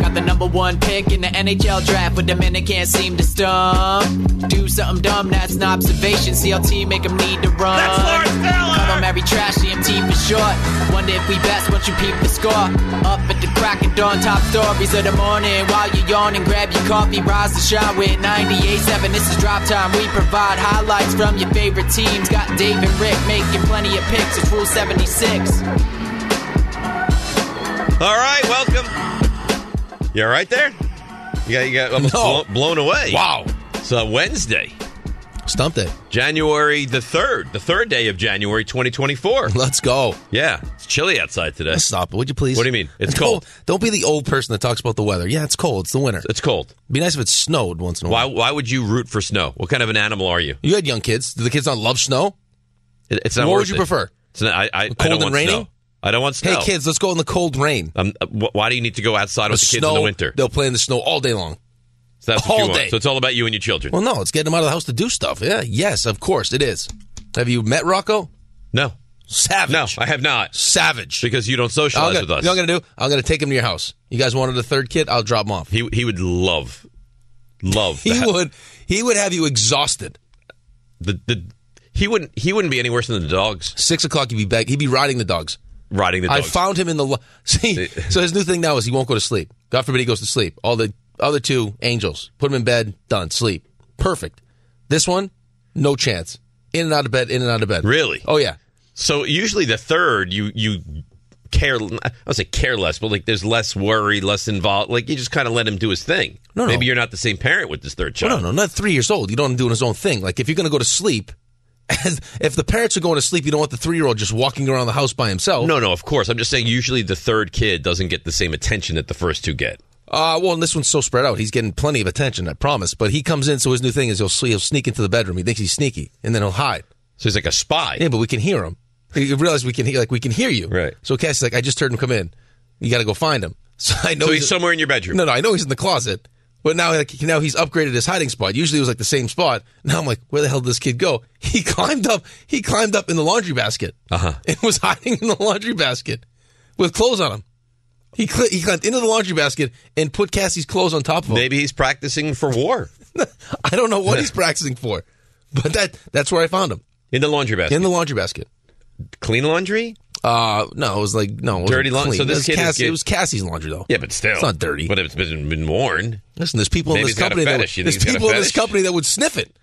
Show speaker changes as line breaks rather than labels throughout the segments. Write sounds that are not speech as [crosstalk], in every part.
Got the number one pick in the NHL draft, but the minute can't seem to stump. Do something dumb, that's an observation. CLT make them need to run. That's Lars Call 'em every trash EMT for short. Wonder if we best once you peep the score. Up at the crack of dawn, top stories of the morning. While you're yawning, grab your coffee, rise to shine with 98.7. This is drop time. We provide highlights from your favorite teams. Got Dave and Rick making plenty of picks. It's Rule 76.
All right, welcome. You all right there? You got you got almost
No.
blo- blown away.
Wow.
It's uh, Wednesday,
Stumped it. [laughs]
January the third, the third day of January, twenty
[laughs]
twenty four.
Let's go.
Yeah, it's chilly outside today.
Stop it, would you please?
What do you mean? It's
Don't-
cold.
Don't be the old person that talks about the weather. Yeah, it's cold. It's the winter. It'd
It's cold.
be nice if it snowed once in a
Why
while.
why would you root for snow? What kind of an animal are you?
You had young kids. Do the kids not love snow?
It- It's not.
What would
worth
you
it.
prefer?
It's not, I, I, cold
and
want
raining?
Snow. I don't want
Hey,
snow.
kids, let's go in the cold rain.
Um, uh, wh- why do you need to go outside with the kids
snow,
in the winter?
They'll play in the snow all day long.
So that's what you
all
want.
day.
So it's all about you and your children.
Well, no, it's getting them out of the house to do stuff. Yeah, yes, of course it is. Have you met Rocco?
no, no,
Savage.
I have not
Savage.
because you don't
I'm
socialize
gonna,
with us.
You know what I'm going to do? I'm going to take him to your house. You guys wanted a third kid? I'll drop him off.
[laughs] he he would love love
He
to ha-
would. He would have you exhausted.
the the he wouldn't he wouldn't be any worse than the dogs
Six o'clock, he'd be back. He'd be riding the dogs.
riding the
I
dogs.
found him in the. Lo- [laughs] See, so his new thing now is he won't go to sleep. God forbid he goes to sleep. All the other two angels put him in bed, done, sleep, perfect. This one, no chance. In and out of bed, in and out of bed.
Really?
Oh yeah.
so usually the third you you care I would say care less, but like there's less worry, less involved. Like you just kind of let him do his thing.
No, no.
Maybe you're not the same parent with this third
But
child.
no, no, not three years old. You don't want him doing his own thing. Like if you're going to go to sleep, [laughs] if the parents are going to sleep, you don't want the three year old just walking around the house by himself.
No, no, of course. I'm just saying usually the third kid doesn't get the same attention that the first two get.
Uh, well, and this one's so spread out. He's getting plenty of attention, I promise. But he comes in, so his new thing is he'll, sle- he'll sneak into the bedroom. He thinks he's sneaky, and then he'll hide.
So he's like a spy.
Yeah, but we can hear him. You realize we can hear, like we can hear you.
Right.
So Cassie's like, I just heard him come in. You got to go find him. [laughs] So I know
so he's somewhere in your bedroom.
No, no, I know he's in the closet. But now, like, now he's upgraded his hiding spot. Usually it was like the same spot. Now I'm like, where the hell did this kid go? [laughs] He climbed up. He climbed up in the laundry basket. Uh
Uh-huh.
huh. [laughs] And was hiding in the laundry basket with clothes on him. He cl- he climbed into the laundry basket and put Cassie's clothes on top of him.
Maybe he's practicing for war
I don't know
[laughs]
what he's practicing for, but that that's where I found him
in the laundry basket.
in the laundry basket.
Clean laundry?
Uh, no, it was like no it wasn't
Dirty laun-
clean.
so
it
this
was
kid is
Cassie,
get-
it was Cassie's laundry though.
Yeah, but still.
It's not dirty.
But if it's been, been worn.
Listen, there's people in
Maybe
this
he's got a
company that would,
fetish. You think
there's
he's got a
people in this
fetish?
company that would sniff it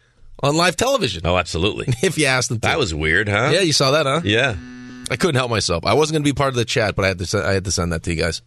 on live television [laughs]
Oh, absolutely.
if you asked them to.
That was weird, huh?
yeah, you saw that, huh?
Yeah.
I couldn't help myself. I wasn't going to be part of the chat, but I had to. se- I had to send that to you guys.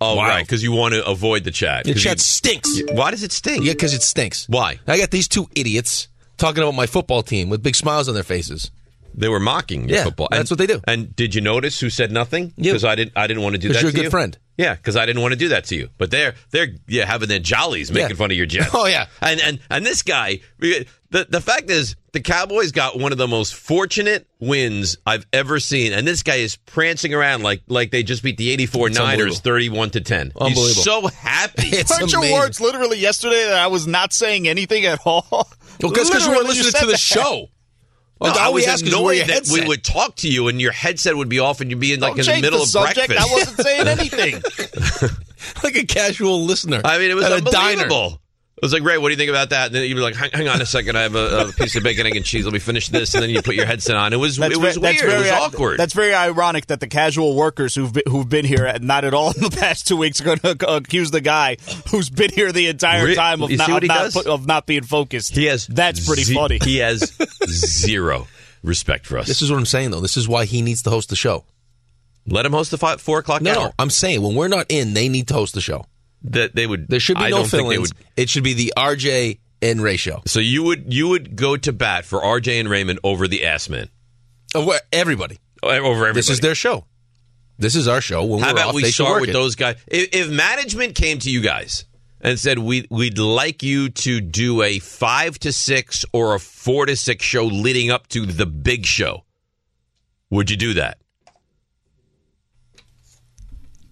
Oh,
Wow.
right, because you want to avoid the chat.
The
'Cause
chat
you-
stinks. Yeah,
Why does it stink?
'cause because it stinks.
Why?
I got these two idiots talking about my football team with big smiles on their faces.
They were mocking your
Yeah,
football.
that's what they do.
And did you notice who said nothing?
You.
Because I didn't. I didn't want to do
'Cause
that.
you're a
to
good
you.
friend.
Yeah, because I didn't want to do that to you. But they're they're yeah having their jollies, making
Yeah.
fun of your Jets.
[laughs] Oh, yeah.
And and and this guy. The the fact is, the Cowboys got one of the most fortunate wins I've ever seen, and this guy is prancing around like like they just beat the '84 Niners,
unbelievable.
thirty-one to ten. He's
Unbelievable.
so happy.
[laughs] It's
Aren't
amazing.
your words literally yesterday that I was not saying anything at all?
Well, because you
Literally,
weren't listening
said
to the
that.
show.
No,
all
I was
we ask is where
annoyed
your
that we
headset.
would talk to you and your headset would be off and you'd be in like
Don't
in the
change
middle
the
of
subject.
breakfast.
I wasn't [laughs] saying anything.
[laughs] like a casual listener.
I mean, it was
at A diner.
unbelievable. It was like, Ray, what do you think about that? And then you'd be like, hang, hang on a second, I have a, a piece of bacon, egg, and cheese. Let me finish this, and then you put your headset on. It was it was
ve-
weird. it was
i-
awkward.
That's very ironic that the casual workers who've been, who've been here at, not at all in the [laughs] past two weeks are going to accuse the guy who's been here the entire
Re-
time of
you
not,
see
of,
what he
not
does?
pu- of not being focused.
he has
that's pretty
ze-
funny.
He has zero respect for us.
This is what I'm saying though. This is why he needs to host the show.
Let him host the fi- four o'clock
No,
hour.
I'm saying when we're not in, they need to host the show.
That they would.
There should be
I
no
don't think they
fill-ins.
would.
It should be the RJ and Ray show.
So you would you would go to bat for R.J. and Raymond over the ass man
Uh, where- everybody.
over everybody.
This is their show. This is our show. When
How
we're
about
off,
we
they should
start
work
with
it.
those guys? If, if management came to you guys and said we we'd like you to do a five to six or a four to six show leading up to the big show. Would you do that?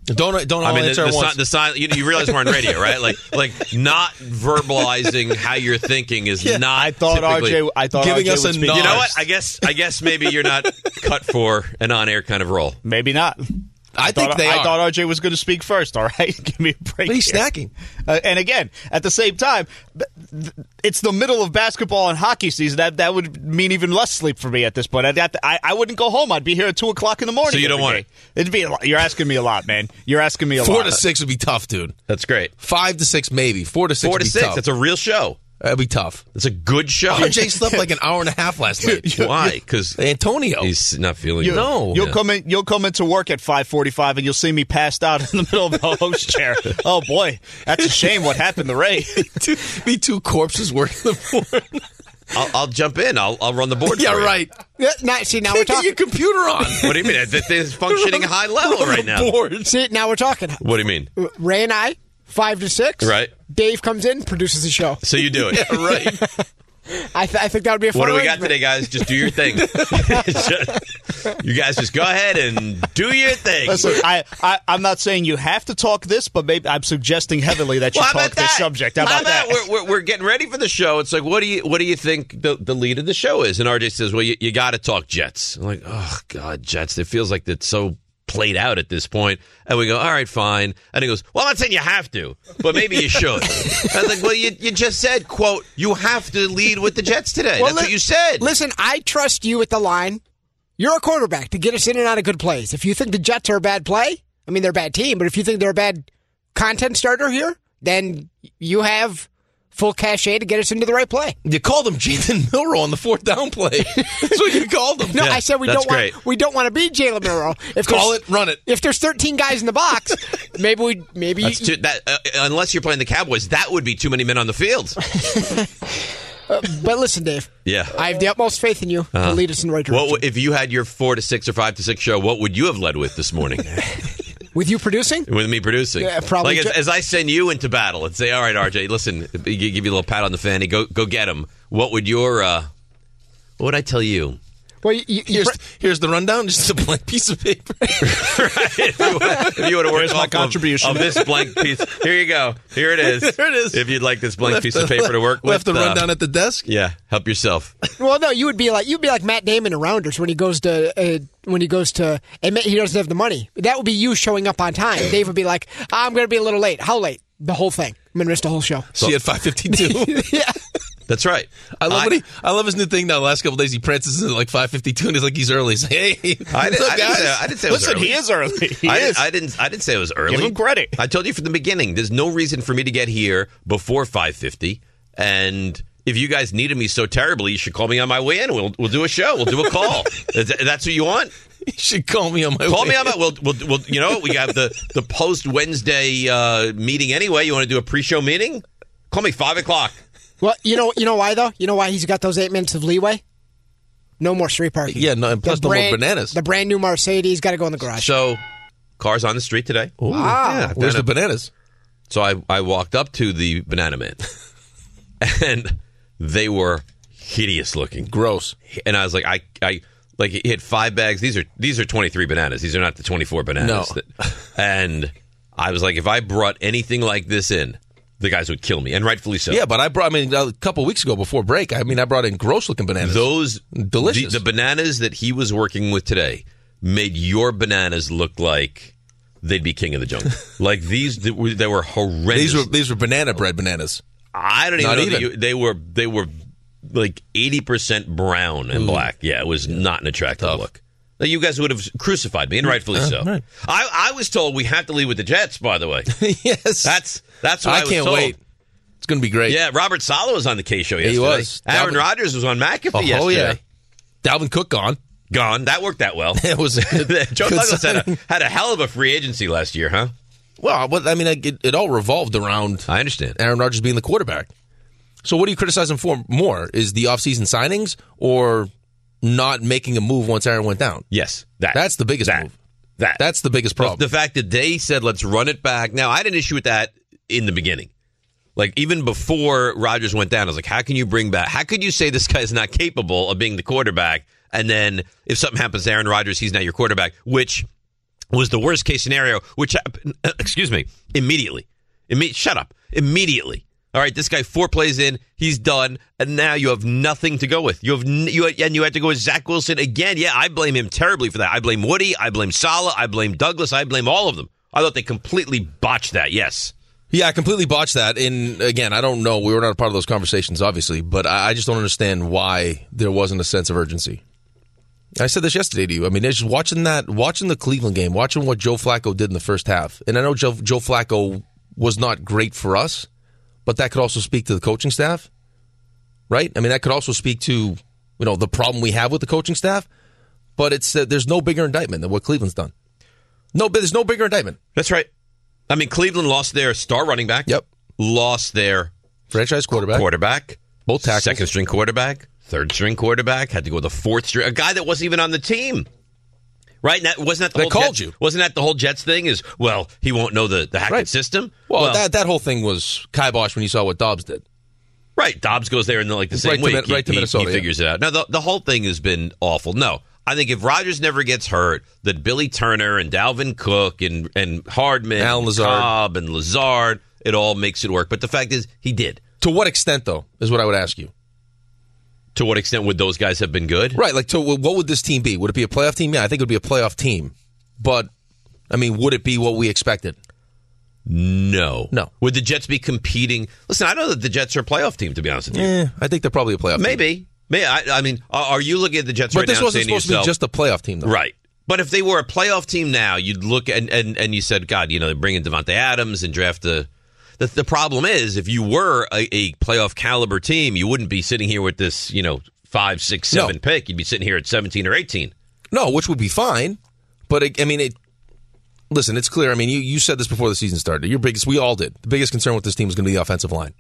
Don't don't all
I mean, the,
answer
the,
at once.
si- the si- you, you realize we're on radio, right? Like, like not verbalizing how you're thinking is not.
I thought
typically-
RJ. I thought
Giving
RJ
us
would
a
speak.
nod.
You know
Nice.
what? I guess I guess maybe you're not cut for an on-air kind of role.
Maybe not.
I think
thought,
they
I
are.
thought RJ was going to speak first. All right, [laughs] give me a break.
But he's
here.
snacking.
Uh, and again, at the same time, th- th- it's the middle of basketball and hockey season. That that would mean even less sleep for me at this point. I'd have to, I I wouldn't go home. I'd be here at two o'clock in the morning.
So you don't
every
want
day.
it?
It'd be. A lot. You're asking me a lot, man. You're asking me a
Four
lot.
to six would be tough, dude.
That's great.
Five to six, maybe. Four to six.
Four
would
to
be
six.
Tough.
That's a real show.
That'd be tough.
[laughs] That's a good show.
RJ slept like an hour and a half last
[laughs]
night.
Why? Because
Antonio.
he's not feeling.
You,
good.
you'll
Yeah.
come in. You'll come into work at five forty-five, and you'll see me passed out in the middle of the host chair. Oh boy, that's a shame. What happened to Ray? [laughs]
Two- [laughs] be two corpses working
[laughs]
the board.
I'll, I'll jump in. I'll, I'll run the board.
yeah,
for you.
right.
Now, see,
[laughs]
now we're
Get
talking.
your computer [laughs] on.
What do you mean? This is
[laughs]
functioning high level right now.
Board.
See, now we're talking.
What do you mean?
Ray and I, five to six.
Right.
Dave comes in, produces the show.
So you do
[laughs]
it.
Yeah, right.
I, th- I think that would be a fun
What do we got
arrangement.
today, guys? Just do
[laughs]
your thing. [laughs] you guys just go ahead and do your thing.
Listen, I, I I'm not saying you have to talk this, but maybe I'm suggesting heavily that you
Well, how
talk
about
this
that?
subject. How about that?
We're, we're, we're getting ready for the show. It's like, what do you what do you think the, the lead of the show is? And RJ says, well, you, you got to talk Jets. I'm like, oh God, Jets. It feels like it's so played out at this point. And we go, all right, fine. And he goes, well, I'm not saying you have to, but maybe
[laughs]
you should. I was like, well, you, you just said, quote, you have to lead with the Jets today.
Well,
That's what
li-
you said.
Listen, I trust you at the line. You're a quarterback to get us in and out of good plays. If you think the Jets are a bad play, I mean, they're a bad team, but if you think they're a bad content starter here, then you have full cachet to get us into the right play.
You called him Jalen Milrow on the fourth down play. That's what you called him.
No,
Yeah,
I said we
that's
don't want
great.
we don't want to be Jalen
[laughs]
Murrow. If
Call
there's-
it, run it.
If there's 13 guys in the box, maybe we maybe you,
That's too, that, uh, unless you're playing the Cowboys, that would be too many men on the
[laughs]
field.
But listen, Dave.
Yeah.
I have the utmost faith in you to lead us in the right
What
direction.
w- if you had your four to six or five to six show? What would you have led with
[laughs]
this morning
With you producing?
with me producing?
Yeah, probably
Like as,
ju-
as I send you into battle and say, "All right, RJ, listen, g- give you a little pat on the fanny. Go, go get him." What would your uh, what would I tell you? [laughs]
Well, you, you, you
Here's,
pre-
here's the rundown. Just a blank piece of paper.
if you want to work
Here's my
off of-
contribution.
of, this blank piece, here you go. Here it
[laughs]
is.
There it is.
If you'd like this blank
Left
piece
the-
of paper to
[laughs]
work
Left
with,
the
uh,
rundown at the desk.
yeah, help yourself.
well, no, you would be like you'd be like Matt Damon in Rounders when he goes to uh, when he goes to and he doesn't have the money. That would be you showing up on time. Dave would be like, "I'm going to be a little late. How late? The whole thing. I'm going to miss the whole show."
She had five fifty two.
[laughs] yeah.
That's right.
[laughs] I love what he, I love his new thing now. The last couple days he prances in at like five fifty two and he's like he's early. He's like, hey,
I
what's
didn't,
up,
I didn't
guys?
say, I didn't say it was
Listen,
early.
he is early. He
I,
is.
[laughs] Didn't, I didn't. I didn't say it was early.
him credit.
I told you from the beginning. There's no reason for me to get here before 5:50. And if you guys needed me so terribly, you should call me on my way in. We'll we'll do a show. We'll do a call. Is that- That's what you want.
You should call me on my.
Call
way.
me on my. We'll, we'll, we'll you know we have the the post Wednesday uh, meeting anyway. You want to do a pre-show meeting? Call me five o'clock.
Well, you know, you know why though. You know why he's got those eight minutes of leeway. No more street parking.
Yeah, no, and plus no more bananas.
The brand new Mercedes got to go in the garage. [laughs]
So cars on the street today.
Wow.
Yeah, I've
Where's
done
the bananas?
So I, I walked up to the banana man [laughs] and they were hideous looking.
Gross.
And I was like, I, I like he had five bags. These are these are twenty three bananas. These are not the twenty four bananas.
No.
that- and I was like, if I brought anything like this in, the guys would kill me, and rightfully so.
Yeah, but I brought. I mean, a couple weeks ago before break, I mean, I brought in gross looking bananas.
Those
Delicious.
The, the bananas that he was working with today made your bananas look like they'd be king of
[laughs]
the jungle. like these, they were, they were horrendous.
these were these were banana bread bananas.
I don't even
Not
know. that
even.
you- they were they were like eighty percent brown
Hmm.
and black. Yeah, it was not an attractive look. Now, you guys would have crucified
Hmm.
me, and rightfully
Uh,
so. I, I was told we have to leave with the Jets. By the way,
[laughs] [laughs] yes,
that's that's what I,
I
was
can't
told.
wait. It's gonna be great.
Yeah, Robert Sala was on the K show yesterday.
was.
Aaron
Dalvin-
Rodgers was on McAfee
Oh
yesterday.
yeah. Dalvin Cook gone.
Gone. That worked out
[laughs]
well.
It
[laughs]
was a good,
Joe
good
Douglas had a,
signing.
had a hell of a free agency last year, huh?
Well, but I mean, like, it, it all revolved around
I understand.
Aaron Rodgers being the quarterback. So, what do you criticize him for more? Is the offseason signings or not making a move once Aaron went down?
Yes, that
That's the biggest
that,
move.
That
That's the biggest problem.
The fact that they said let's run it back. Now I had an issue with that in the beginning. Like even before Rodgers went down, I was like, how can you bring back? How could you say this guy is not capable of being the quarterback? And then if something happens to Aaron Rodgers, he's not your quarterback, which was the worst case scenario, which happened, [clears throat] excuse me, immediately. Imme- shut up. Immediately. All right, this guy four plays in, he's done, and now you have nothing to go with. You have n- you and you had to go with Zach Wilson again. Yeah, I blame him terribly for that. I blame Woody, I blame Sala, I blame Douglas, I blame all of them. I thought they completely botched that. Yes.
Yeah, I completely botched that. And again, I don't know. We were not a part of those conversations, obviously, but I, I just don't understand why there wasn't a sense of urgency. I said this yesterday to you. I mean, it's just watching that, watching the Cleveland game, watching what Joe Flacco did in the first half. And I know Joe, Joe Flacco was not great for us, but that could also speak to the coaching staff, right? I mean, that could also speak to you know the problem we have with the coaching staff. But it's uh, there's no bigger indictment than what Cleveland's done. No, but there's no bigger indictment.
That's right. I mean, Cleveland lost their star running back.
Yep.
Lost their
Franchise quarterback,
quarterback,
both tackles.
second string quarterback, third string quarterback, had to go with a fourth string, a guy that wasn't even on the team. Right? And that wasn't that the
They
whole
called
Jets-
you.
Wasn't that the whole Jets thing? Is well, he won't know the the Hackett
Right.
system.
Well, that that whole thing was kibosh when you saw what Dobbs did.
Right. Dobbs goes there in like the same
Right to
week.
Min- right to
He- he-
Minnesota,
He,
yeah.
figures it out. Now the, the whole thing has been awful. No, I think if Rodgers never gets hurt, that Billy Turner and Dalvin Cook and and Hardman,
Alan
and
Lazard.
Cobb and Lazard, it all makes it work. But the fact is, he did.
To what extent, though, is what I would ask you.
To what extent would those guys have been good?
Right, like, to what would this team be? Would it be a playoff team? Yeah, I think it would be a playoff team. But I mean, would it be what we expected?
No.
No.
Would the Jets be competing? Listen, I know that the Jets are a playoff team. To be honest with you,
Eh, I think they're probably a playoff. team.
maybe. May I, I mean, are are you looking at the Jets
but
right
this
now? and
wasn't
saying
supposed to
yourself,
be just a playoff team, though.
Right. But if they were a playoff team now, you'd look and and, and you said, God, you know, they bring in Devontae Adams and draft a. The, the problem is, if you were a, a playoff caliber team, you wouldn't be sitting here with this, you know, five, six,
No.
seven pick. You'd be sitting here at seventeen or eighteen.
No, which would be fine. But it, I mean, it. Listen, it's clear. I mean, you, you said this before the season started. Your biggest, we all did. The biggest concern with this team was going to be the offensive line,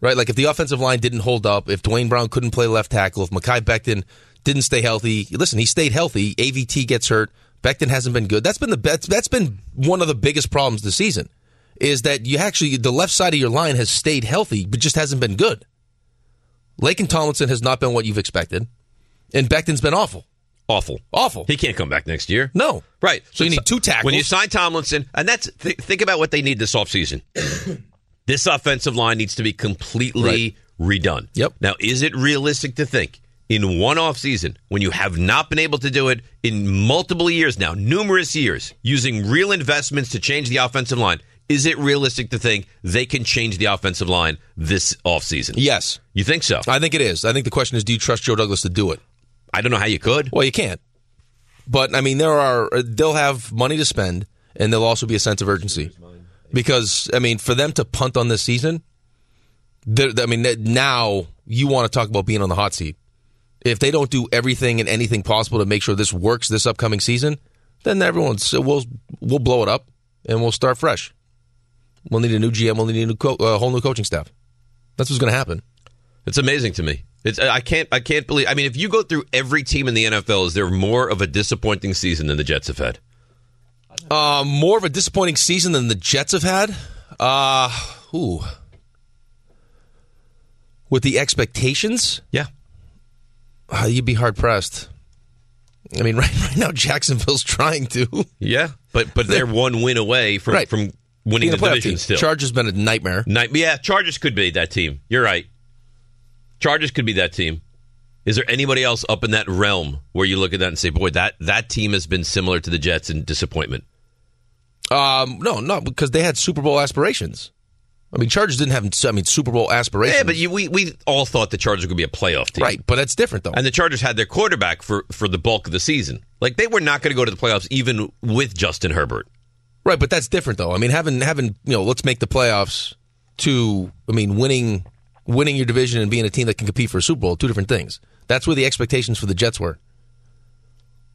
right? Like if the offensive line didn't hold up, if Dwayne Brown couldn't play left tackle, if Makai Becton didn't stay healthy. Listen, he stayed healthy. AVT gets hurt. Becton hasn't been good. That's been the best. That's been one of the biggest problems this season, is that you actually the left side of your line has stayed healthy, but just hasn't been good. Lake and Tomlinson has not been what you've expected, and Becton's been awful.
Awful.
Awful.
He can't come back next year.
No.
Right.
So you need two tackles.
When you sign Tomlinson, and that's th- think about what they need this offseason. [coughs] this offensive line needs to be completely redone.
Yep.
Now, is it realistic to think in one offseason when you have not been able to do it in multiple years now, numerous years, using real investments to change the offensive line, is it realistic to think they can change the offensive line this offseason?
Yes.
You think so? I,
I think it is. I think the question is do you trust Joe Douglas to do it?
don't know how you could.
Well, you can't. But I mean there are uh, they'll have money to spend and there'll also be a sense of urgency. Because I mean for them to punt on this season, they're- I mean now you want to talk about being on the hot seat. If they don't do everything and anything possible to make sure this works this upcoming season, then everyone's uh, we'll we'll blow it up and we'll start fresh. We'll need a new GM. We'll need a new co- a whole new coaching staff. That's what's going to happen.
It's amazing to me. It's I can't I can't believe. I mean, if you go through every team in the NFL, is there more of a disappointing season than the Jets have had?
Uh, more of a disappointing season than the Jets have had. Uh, ooh. With the expectations,
Yeah,
uh, you'd be hard pressed. I mean, [laughs] right, right now Jacksonville's trying to.
yeah. But but they're one win away from
Right.
from winning
Being a
the
playoff
division
team.
still.
Charge has been a nightmare.
Night, yeah, Chargers could be that team. You're right. Chargers could be that team. Is there anybody else up in that realm where you look at that and say, boy, that that team has been similar to the Jets in disappointment?
Um, no, not because they had Super Bowl aspirations. I mean, Chargers didn't have. I mean, Super Bowl aspirations.
Yeah, but you, we we all thought the Chargers were going to be a playoff team,
right, but that's different though.
And the Chargers had their quarterback for, for the bulk of the season. Like they were not going to go to the playoffs even with Justin Herbert.
Right, but that's different though. I mean, having having you know, let's make the playoffs to I mean, winning winning your division and being a team that can compete for a Super Bowl, two different things. That's where the expectations for the Jets were.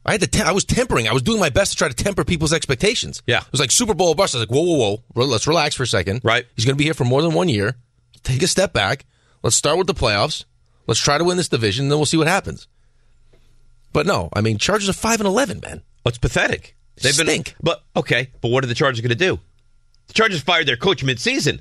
I had to te- I was tempering. I was doing my best to try to temper people's expectations.
Yeah.
It was like Super Bowl bust. I was like, "Whoa, whoa, whoa. Re- Let's relax for a second.
Right.
He's going to be here for more than 1 year. Take a step back. Let's start with the playoffs. Let's try to win this division, and then we'll see what happens." But no, I mean, Chargers are 5 and 11, man.
Oh, it's pathetic. They've been
Stink.
but okay. But what are the Chargers going to do? The Chargers fired their coach mid-season.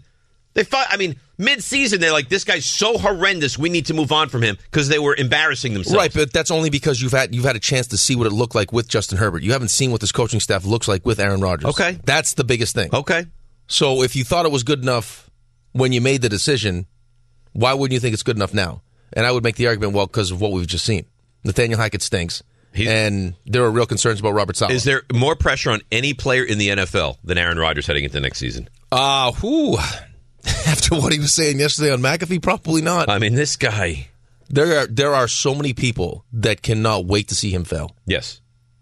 They fi- I mean, mid-season they're like, this guy's so horrendous. We need to move on from him because they were embarrassing themselves.
Right, but that's only because you've had you've had a chance to see what it looked like with Justin Herbert. You haven't seen what this coaching staff looks like with Aaron Rodgers.
Okay.
that's the biggest thing.
Okay.
So if you thought it was good enough when you made the decision, why wouldn't you think it's good enough now? And I would make the argument, well, because of what we've just seen. Nathaniel Hackett stinks,
He's-
and there are real concerns about Robert Sala.
Is there more pressure on any player in the NFL than Aaron Rodgers heading into next season?
Uh, whew. [laughs] After what he was saying yesterday on McAfee, probably not.
I mean, this guy.
There are there are so many people that cannot wait to see him fail.
Yes.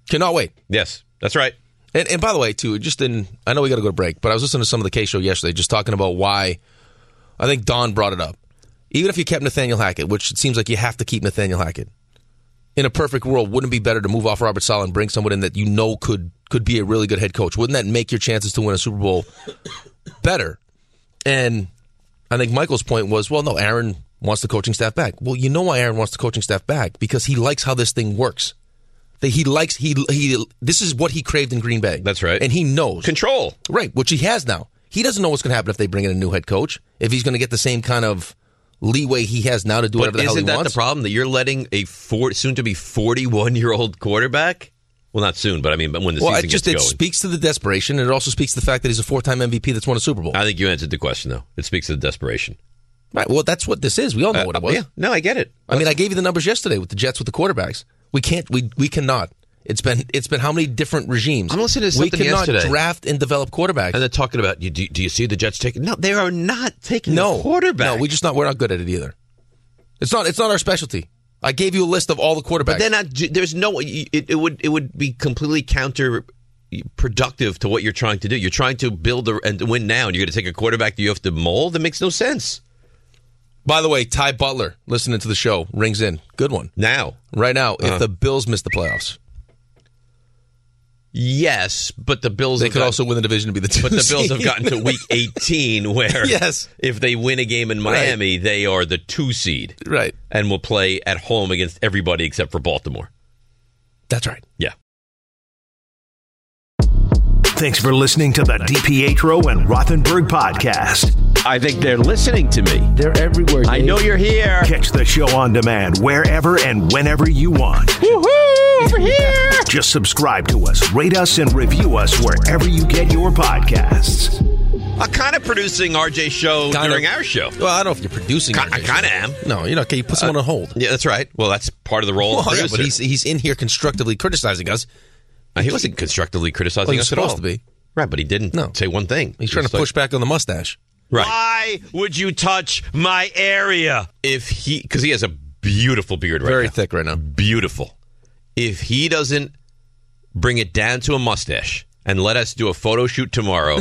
Cannot wait.
Yes. That's right.
And, and by the way, too, just in, I know we got to go to break, but I was listening to some of the K show yesterday, just talking about why I think Don brought it up. Even if you kept Nathaniel Hackett, which it seems like you have to keep Nathaniel Hackett, in a perfect world, wouldn't it be better to move off Robert Sala and bring someone in that you know could could be a really good head coach? Wouldn't that make your chances to win a Super Bowl better? And I think Michael's point was, well, no, Aaron wants the coaching staff back. Well, you know why Aaron wants the coaching staff back because he likes how this thing works. That he likes he he this is what he craved in Green Bay.
That's right.
And he knows.
Control.
Right, which he has now. He doesn't know what's going to happen if they bring in a new head coach. If he's going to get the same kind of leeway he has now to do whatever
But
the hell he
isn't that
wants.
the problem that you're letting a four, soon to be 41 year old quarterback? Well, not soon, but I mean, but when the
well,
season
it just it
gets going.
speaks to the desperation, and it also speaks to the fact that he's a four-time MVP that's won a Super Bowl.
I think you answered the question though. It speaks to the desperation.
right. Well, that's what this is. We all know what it was.
Uh, Yeah. No, I get it.
I mean, I gave you the numbers yesterday with the Jets with the quarterbacks. We can't. We we cannot. It's been it's been how many different regimes?
I'm listening to
we
something
cannot
yesterday.
draft and develop quarterbacks.
And they're talking about you. Do, do you see the Jets taking? No, they are not taking
no
the quarterback.
No, we just not. We're not good at it either. It's not. It's not our specialty. I gave you a list of all the quarterbacks.
But they're not. There's no. It, it would. It would be completely counterproductive to what you're trying to do. You're trying to build a, and win now, and you're going to take a quarterback that you have to mold. That makes no sense.
By the way, Ty Butler listening to the show rings in. Good one.
Now,
Right now,
Uh-huh.
if the Bills miss the playoffs,
yes, but the Bills
they
have
could
gotten-
also win the division to be the two.
[laughs] But the Bills have gotten to Week 18, where
Yes.
if they win a game in Miami, they are the two seed,
[laughs] right.
and will play at home against everybody except for Baltimore.
That's right.
Yeah.
Thanks for listening to the DPetro and Rothenberg podcast.
I think they're listening to me. They're everywhere. I know you're here.
Catch the show on demand wherever and whenever you want.
Woohoo! Over here.
Just subscribe to us, rate us, and review us wherever you get your podcasts.
I'm kind of producing RJ show
Kind of.
during our show.
Well, I don't know if you're producing.
Ki- I
it.
kind of am.
No, you're not. You put someone on hold.
Yeah, that's right. Well, that's part of the role. of
Well, yeah,
producer.
but he's he's in here constructively criticizing us.
Uh, he wasn't constructively criticizing
Well, he was
us at
supposed
all.
to be.
Right, but he didn't
No.
say one thing.
He's trying to
Just like,
push back on the mustache.
Right.
Why would you touch my area?
If he, because he has a beautiful beard right
Very
now.
thick right now.
Beautiful. If he doesn't bring it down to a mustache and let us do a photo shoot tomorrow,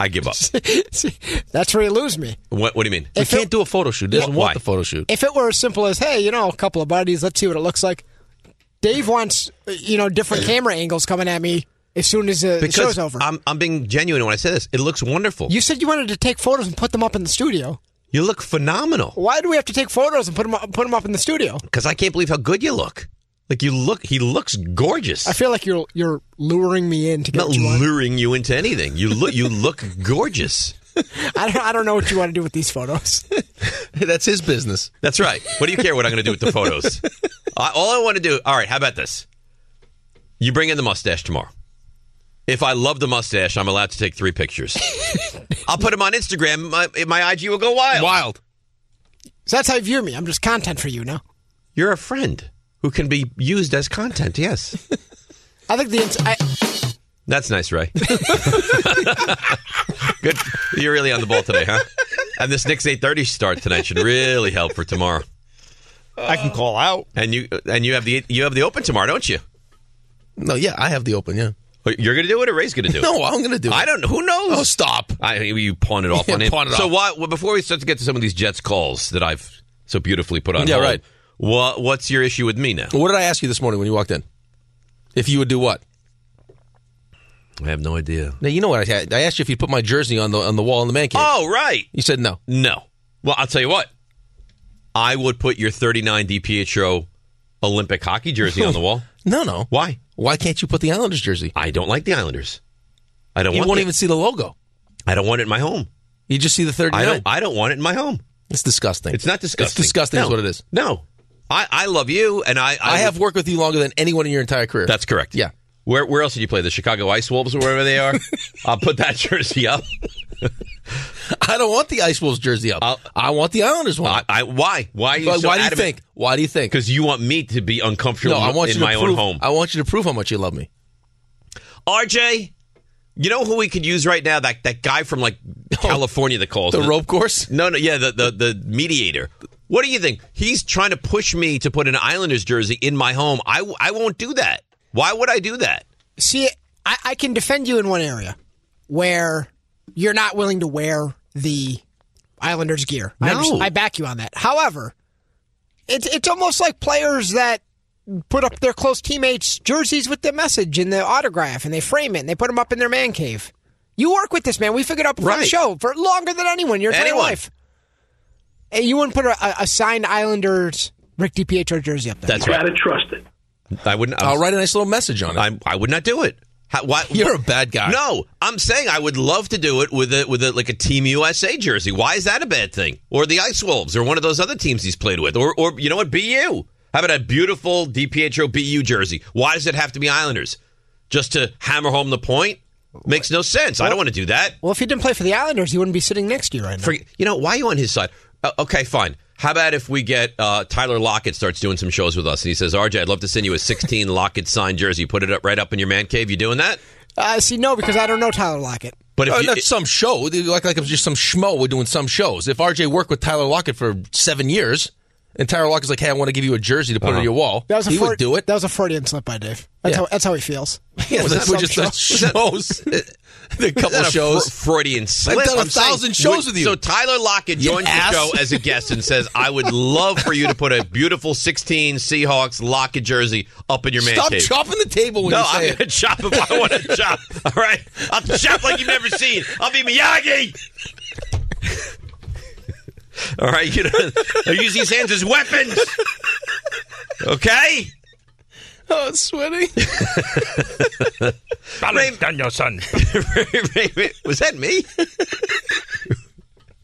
I
[laughs]
give up.
That's where you lose me.
What, what do you mean?
We
If it-
can't do a photo shoot. He doesn't
Why?
want the photo shoot.
If it were as simple as, hey, you know, a couple of buddies, let's see what it looks like. Dave wants, uh, you know, different camera angles coming at me as soon as uh, the show's
Because
over.
I'm, I'm being genuine when I say this. It looks wonderful. You,
you said you wanted to take photos and put them up in the studio.
look
Oh.
phenomenal.
Why do we have to take photos and put them up, put them up in the studio?
Because I can't believe how good you look. Like you look, he looks gorgeous.
I feel like you're you're luring me in to get
not
what you want.
luring you into anything. You look, you look gorgeous.
I don't I don't know what you want to do with these photos.
[laughs]
That's his business.
[laughs] That's right. What do you care what I'm going to do with the photos? I, all I want to do. All right. How about this? You bring in the mustache tomorrow. If I love the mustache, I'm allowed to take three pictures. I'll put them on Instagram. My, my IG will go wild.
Wild.
So that's how you view me. I'm just content for you now.
You're a friend who can be used as content. Yes,
I think the ins- I,
that's nice, Ray. Good. You're really on the ball today, huh? And this Knicks 8:30 start tonight should really help for tomorrow.
I can call out.
And you and you have the you have the open tomorrow, don't you?
No, yeah, I have the open. Yeah.
You're going to do it, or Ray's going to do it?
No, I'm gonna do. It.
I don't. Who knows?
Oh, stop.
I you pawn it off
[laughs] Yeah,
on him.
pawn it
so
off.
why- well, before we start to get to some of these Jets calls that I've so beautifully put on
Yeah,
hold,
right.
What what's your issue with me now?
What did I ask you this morning when you walked in? If you would do what?
I have no idea.
Now you know what I had. I asked you if you'd put my jersey on the on the wall in the man cave.
Oh right,
You said no.
no. Well, I'll tell you what. I would put your 39 DiPietro Olympic hockey jersey on
[laughs]
the wall.
No, no.
Why?
Why can't you put the Islanders jersey?
I don't like the Islanders. I don't
You
want
won't
it.
even see the logo.
I don't want it in my home.
You just see the 39.
I don't. I don't want it in my home.
It's disgusting.
It's not disgusting.
It's disgusting
No.
is what it is.
No, I, I love you, and I
I have worked with you longer than anyone in your entire career.
That's correct.
Yeah.
Where where else did you play? The Chicago Ice Wolves or wherever [laughs] they are. I'll put that jersey up.
I don't want the Ice Wolves jersey up.
I'll-
I want the Islanders one.
I,
up.
I why why are you
But
so
why do you
adamant?
think? Why do you think?
Because you want me to be uncomfortable in my
to
own
prove,
home.
I want you to prove how much you love me.
RJ, you know who we could use right now? That that guy from [laughs] like California that calls
The rope
[laughs]
course.
No, no, yeah, the, the the mediator. What do you think? He's trying to push me to put an Islanders jersey in my home. I I won't do that. Why would I do that?
See, I, I can defend you in one area where you're not willing to wear the Islanders gear. I,
No.
underst- I back you on that. However, it's it's almost like players that put up their close teammates' jerseys with the message and the autograph, and they frame it and they put them up in their man cave. You work with this man. We figured out before the
Right.
show for longer than anyone. Your entire
Anyone.
life. And you wouldn't put a, a- a signed Islanders Rick DiPietro jersey up there.
That's right.
Gotta trust it.
I wouldn't.
I'll
I'm,
write a nice little message on it.
I'm, I would not do it. How, why,
[laughs] You're a bad guy.
No, I'm saying I would love to do it with a with a, like a Team USA jersey. Why is that a bad thing? Or the Ice Wolves, or one of those other teams he's played with, or or you know what, BU. How about a beautiful DiPietro BU jersey? Why does it have to be Islanders? Just to hammer home the point makes no sense. I don't want to do that.
Well, if he didn't play for the Islanders, he wouldn't be sitting next to you right now.
For, you know why are you on his side? Uh, okay, fine. How about if we get uh, Tyler Lockett starts doing some shows with us, and he says, "RJ, I'd love to send you a 16 [laughs] Lockett signed jersey. Put it up right up in your man cave. You doing that?"
Uh, see, no, because I don't know Tyler Lockett.
But if
Oh,
you,
not some show. They act like it was just some schmo. We're doing some shows. If RJ worked with Tyler Lockett for seven years, and Tyler Lockett's like, "Hey, I want to give you a jersey to put
Uh-huh.
on your wall,"
That was a
he
Freud-
would do it.
That was a Freudian slip by Dave. That's,
Yeah.
how, that's how he feels.
[laughs]
[laughs]
yeah,
Was
that's
that
we're just
some
uh, schmoes. [laughs] a couple
Isn't that a
shows.
Fre- Freudian slip.
done a
I'm saying,
thousand shows with you.
So Tyler Lockett
You
joins
ass.
the show as a guest and says, "I would love for you to put a beautiful 16 Seahawks Lockett jersey up in your man
Stop
cave."
chopping the table when
no,
you say
I'm
it.
gonna chop if [laughs] I want to chop. All right, I'll chop like you've never seen. I'll be Miyagi. All right, you know, I use these hands as weapons. Okay.
Oh, it's
[laughs]
sweaty.
Ray- [laughs] Ray- Ray- was that me?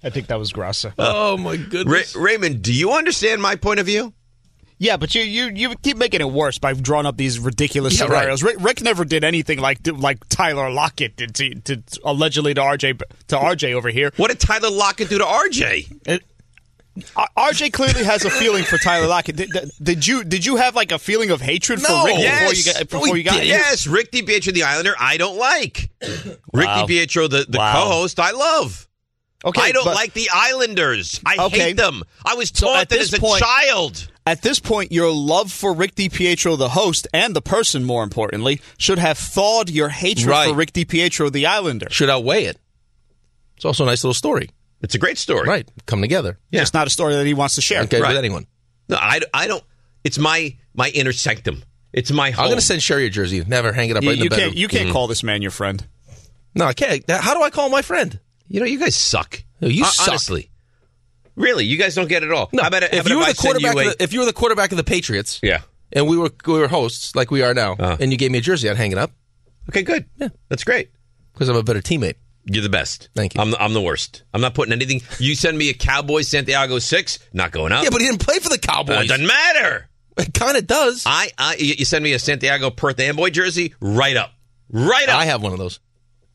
I think that was Grassa.
Uh,
oh my
Ra-
goodness.
Raymond, do you understand my point of view?
yeah, but you, you you keep making it worse by drawing up these ridiculous
Yeah, right.
scenarios. Rick, Rick never did anything like like Tyler Lockett did to, to allegedly to RJ b- to RJ over here.
What did Tyler Lockett do to RJ?
R- RJ clearly has a feeling for Tyler Lockett. Did, did- did you did you have like a feeling of hatred
No.
for Rick before
Yes.
you got
No,
before
he
you got
didn't.
here?
Yes, Rick DiPietro, the Islander, I don't
[coughs]
like. Rick DiPietro, the, the
Wow.
co-host, I love.
Okay,
I don't
but-
like the Islanders. I
Okay.
hate them. I was taught
at
that
this
as a
point-
child.
At this point, your love for Rick DiPietro, the host, and the person, more importantly, should have thawed your hatred
Right.
for Rick DiPietro, the Islander.
Should outweigh it. It's also a nice little story.
It's a great story.
Right. Come together.
It's Just not a story that he wants to share.
Okay,
Right.
with anyone.
No, I, I don't. It's my my inner sanctum. It's my home.
I'm going to send Sherry a jersey. Never hang it up
You,
right in
you
the bedroom. Mm-hmm.
can't you can't call this man your friend.
no, I can't. How do I call my friend?
You know, you guys suck.
No, you suck.
Honestly, really, you guys don't get it at all.
No,
how about, how
if
about
you were
I
the
send you
quarterback,
a-
of the, if you were the quarterback of the Patriots,
yeah. Uh.
and we were we were hosts like we are now, and you gave me a jersey, I'd hang it up
Okay, good. Yeah, that's great.
because I'm a better teammate.
You're the best.
Thank you.
I'm the, I'm the worst. I'm not putting anything. You send me a Cowboys Santiago six, not going up.
Yeah, but he didn't play for the Cowboys.
Uh, it doesn't matter.
it kind of does. I,
I, I you you send me a Santiago Perth Amboy jersey, right up, right up. I,
have one of those.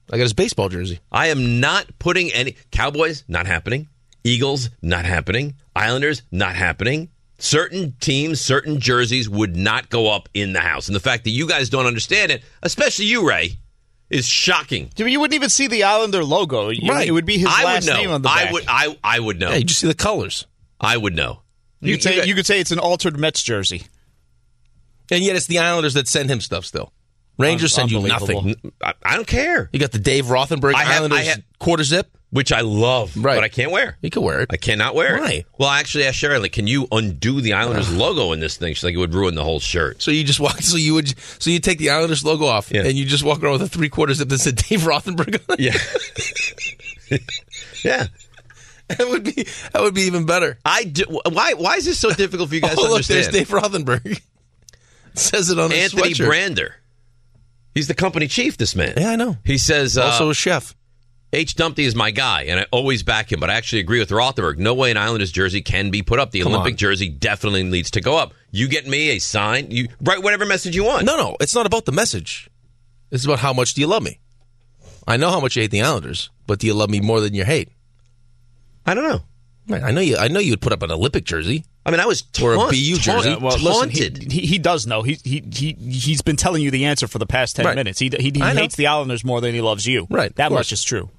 I got his baseball jersey.
am not putting any Cowboys not happening, Eagles not happening, Islanders not happening. Certain teams, certain jerseys would not go up in the house, and the fact that you guys don't understand it, especially you, Ray, is shocking.
You you wouldn't even see the Islander logo. You-
Right.
It would be his
I
last
would know.
name on the back.
I would. I I would know.
Hey, did you see the colors?
I would know.
you, could say,
guys-
you could say it's an altered Mets jersey.
And yet it's the Islanders that send him stuff still. Rangers
Un-
send you
unbelievable.
nothing.
I, I don't care,
You got the Dave Rothenberg
I have- I
Islanders
have-
quarter zip.
which I love,
Right.
but I can't wear.
You could wear it.
I cannot wear it.
Why?
Well, I actually asked Sherry, like, can you undo the Islanders logo in this thing? She's like, it would ruin the whole shirt.
So you just walk. [laughs] So you would. So you take the Islanders logo off,
Yeah.
and you just walk around with a three quarter zip that said Dave Rothenberg on it.
Yeah. [laughs] yeah.
[laughs] That would be. That would be even better.
I do, why why is this so difficult for you guys
[laughs] oh,
to
look,
understand?
there's Dave Rothenberg. [laughs] Says it on his
Anthony
sweatshirt.
Brander. He's the company chief, this man.
Yeah, I know.
He says uh,
also a chef.
H. Dumpty is my guy, and I always back him, but I actually agree with Rothenberg. No way an Islanders jersey can be put up. The
Come
Olympic
on.
jersey definitely needs to go up. You get me a sign, you write whatever message you want.
No, no, it's not about the message. It's about how much do you love me. I know how much you hate the Islanders, but do you love me more than you hate?
I don't know.
Right, I know you. I know you'd put up an Olympic jersey
I mean, I was
or a
taunt-
BU
taunt-
jersey.
listen,
taunted.
he, he, he does know. He, he he he's been telling you the answer for the past ten
Right.
minutes. He he, he
I know.
hates the Islanders more than he loves you.
Right, of
that
course.
much is true.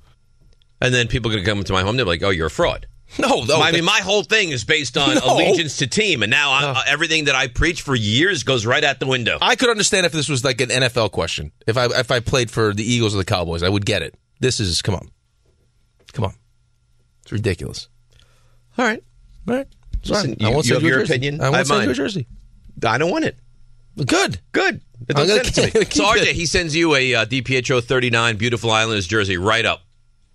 and then people are going to come into my home. They're like, "Oh, you're a fraud."
no, no,
I mean, my whole thing is based [laughs] on
No.
allegiance to team, and now I, uh, everything that I preach for years goes right out the window.
I could understand if this was like an NFL question. If I if I played for the Eagles or the Cowboys, I would get it. This is come on, come on, it's ridiculous.
All right,
All right,
Listen,
Sorry.
you- you
send
have your
a jersey.
opinion.
I
I
won't
have
send you a
mine.
jersey.
I don't want it.
Good.
Good. It
I'm
doesn't
gonna
send it to me.
keep
So RJ,
it.
he sends you a uh, DPHO 39 beautiful Islanders jersey right up.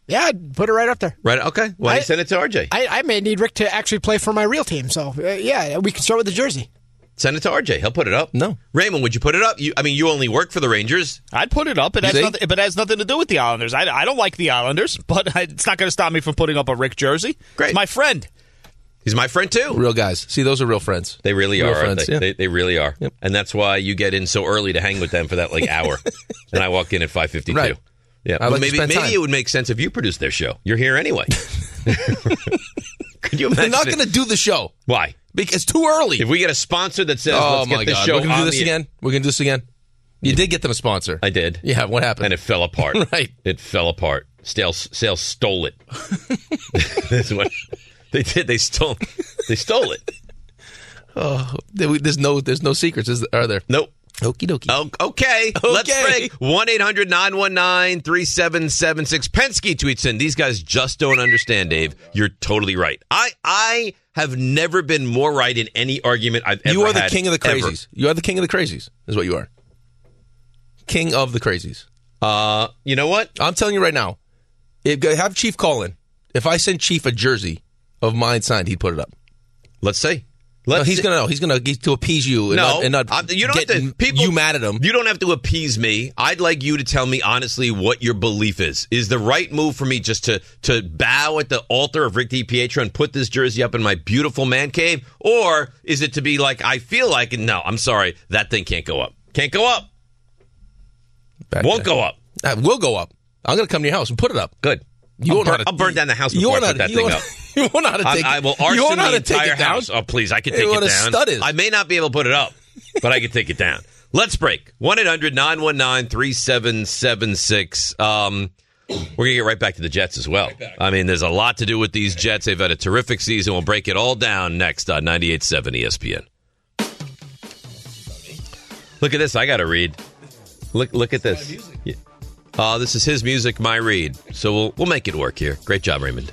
Yeah, I'd put it right up there.
Right. Okay. Well,
I-
he sent it to RJ.
I, I may need Rick to actually play for my real team. So, uh, yeah, we can start with the jersey.
Send it to RJ. He'll put it up.
No.
Raymond, would you put it up? You, I mean, you only work for the Rangers.
I'd put it up. It has
see?
nothing, but it has nothing to do with the Islanders. I, I don't like the Islanders, but [laughs] I, it's not going to stop me from putting up a Rick jersey.
Great.
It's my friend.
He's my friend too.
Real guys. See, those are real friends.
They really
Real
are. aren't
friends,
they?
yeah.
They, they really are.
Yep.
And that's why you get in so early to hang with them for
[laughs]
that like hour. and I walk in at five fifty two.
Right.
Yeah.
I like to
maybe
spend
maybe
time.
it would make sense if you produced their show. You're
[laughs]
here anyway. Could you imagine?
They're not
it?
going to do the show
Why?
because it's too early.
If we get a sponsor that says,
oh
"Let's
my
get the
god,
show
we're going to
on
do this
the-
again. We're going to do this again. You did get them a sponsor.
I did.
yeah. What happened?
and it fell apart.
[laughs] Right.
It fell apart. Sales sales
[laughs]
stole it. [laughs] That's what they did. They stole. They stole it.
There- there's no there's no secrets, is there, are there?
Nope.
Okie dokie.
O- Oh, Okay, let's
Okay.
break. 1 800 919 3776. Penske tweets in These guys just don't understand, Dave. You're totally right. I I have never been more right in any argument I've ever
you are the
had,
king of the
ever.
crazies. You are the king of the crazies. Is what you are. King of the crazies.
Uh, you know what?
I'm telling you right now. If, have Chief call in. If I sent Chief a jersey of mine signed, he'd put it up.
Let's see.
No,
Let's
he's
see.
gonna know. He's gonna he's to appease you and
No,
not, and not
I'm- you don't
get
have to. People,
you mad at him.
You don't have to appease me. I'd like you to tell me honestly what your belief is. Is the right move for me just to to bow at the altar of Rick DiPietro and put this jersey up in my beautiful man cave, or is it to be like I feel like? No, I'm sorry, that thing can't go up. Can't go up.
Bad
Won't
guy.
go up.
Uh, we'll go up. I'm gonna come to your house and put it up.
Good.
You
I'll,
won't know
burn,
how to-
I'll burn down the house
you
before I
won't
put
know-
that
you
thing
won't-
up.
[laughs] You won't know how to
I,
take.
I will
it- you
arson
won't know how
the
to take
entire
it down.
house. Oh, please, I can
Hey,
take
what
it
a
down.
stud is.
I may not be able to put it up, but I can take it down. [laughs] Let's break. 1-800-919-3776. Um, we're going to get right back to the Jets as well. I mean, there's a lot to do with these Jets. They've had a terrific season. We'll break it all down next on 98.7 ESPN. Look at this. I got to read. Look look at this. Yeah. Uh, this is his music, my read. So we'll, we'll make it work here. Great job, Raymond.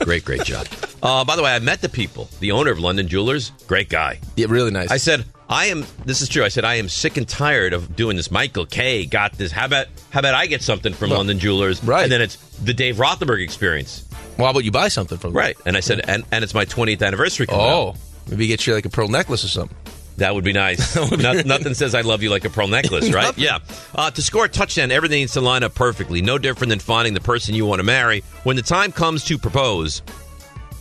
Great,
[laughs]
great job. Uh, by the way, I met the people, the owner of London Jewelers. Great guy.
Yeah, really nice.
I said, I am. This is true. I said, I am sick and tired of doing this. Michael K got this. How about how about I get something from London Jewelers?
right.
And then it's the Dave Rothenberg experience.
Why would you buy something from? them?
And I said, and, and it's my 20th anniversary. coming up."
Oh, maybe get you like a pearl necklace or something.
[laughs] That would be nice. Not, nothing says I love you like a pearl [laughs] necklace, right? yeah. Uh, to score a touchdown, everything needs to line up perfectly. No different than finding the person you want to marry. When the time comes to propose,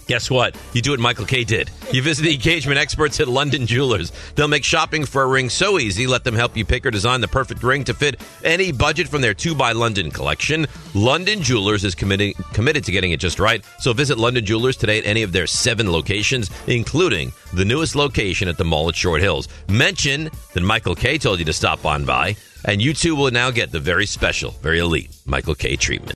Guess what? You do what Michael K did. You visit the engagement experts at London Jewelers. They'll make shopping for a ring so easy. Let them help you pick or design the perfect ring to fit any budget from their 2 by London collection. London Jewelers is committing, committed to getting it just right. So visit London Jewelers today at any of their 7 locations, including the newest location at the Mall at Short Hills. Mention that Michael K told you to stop on by, and you two will now get the very special, very elite Michael K treatment.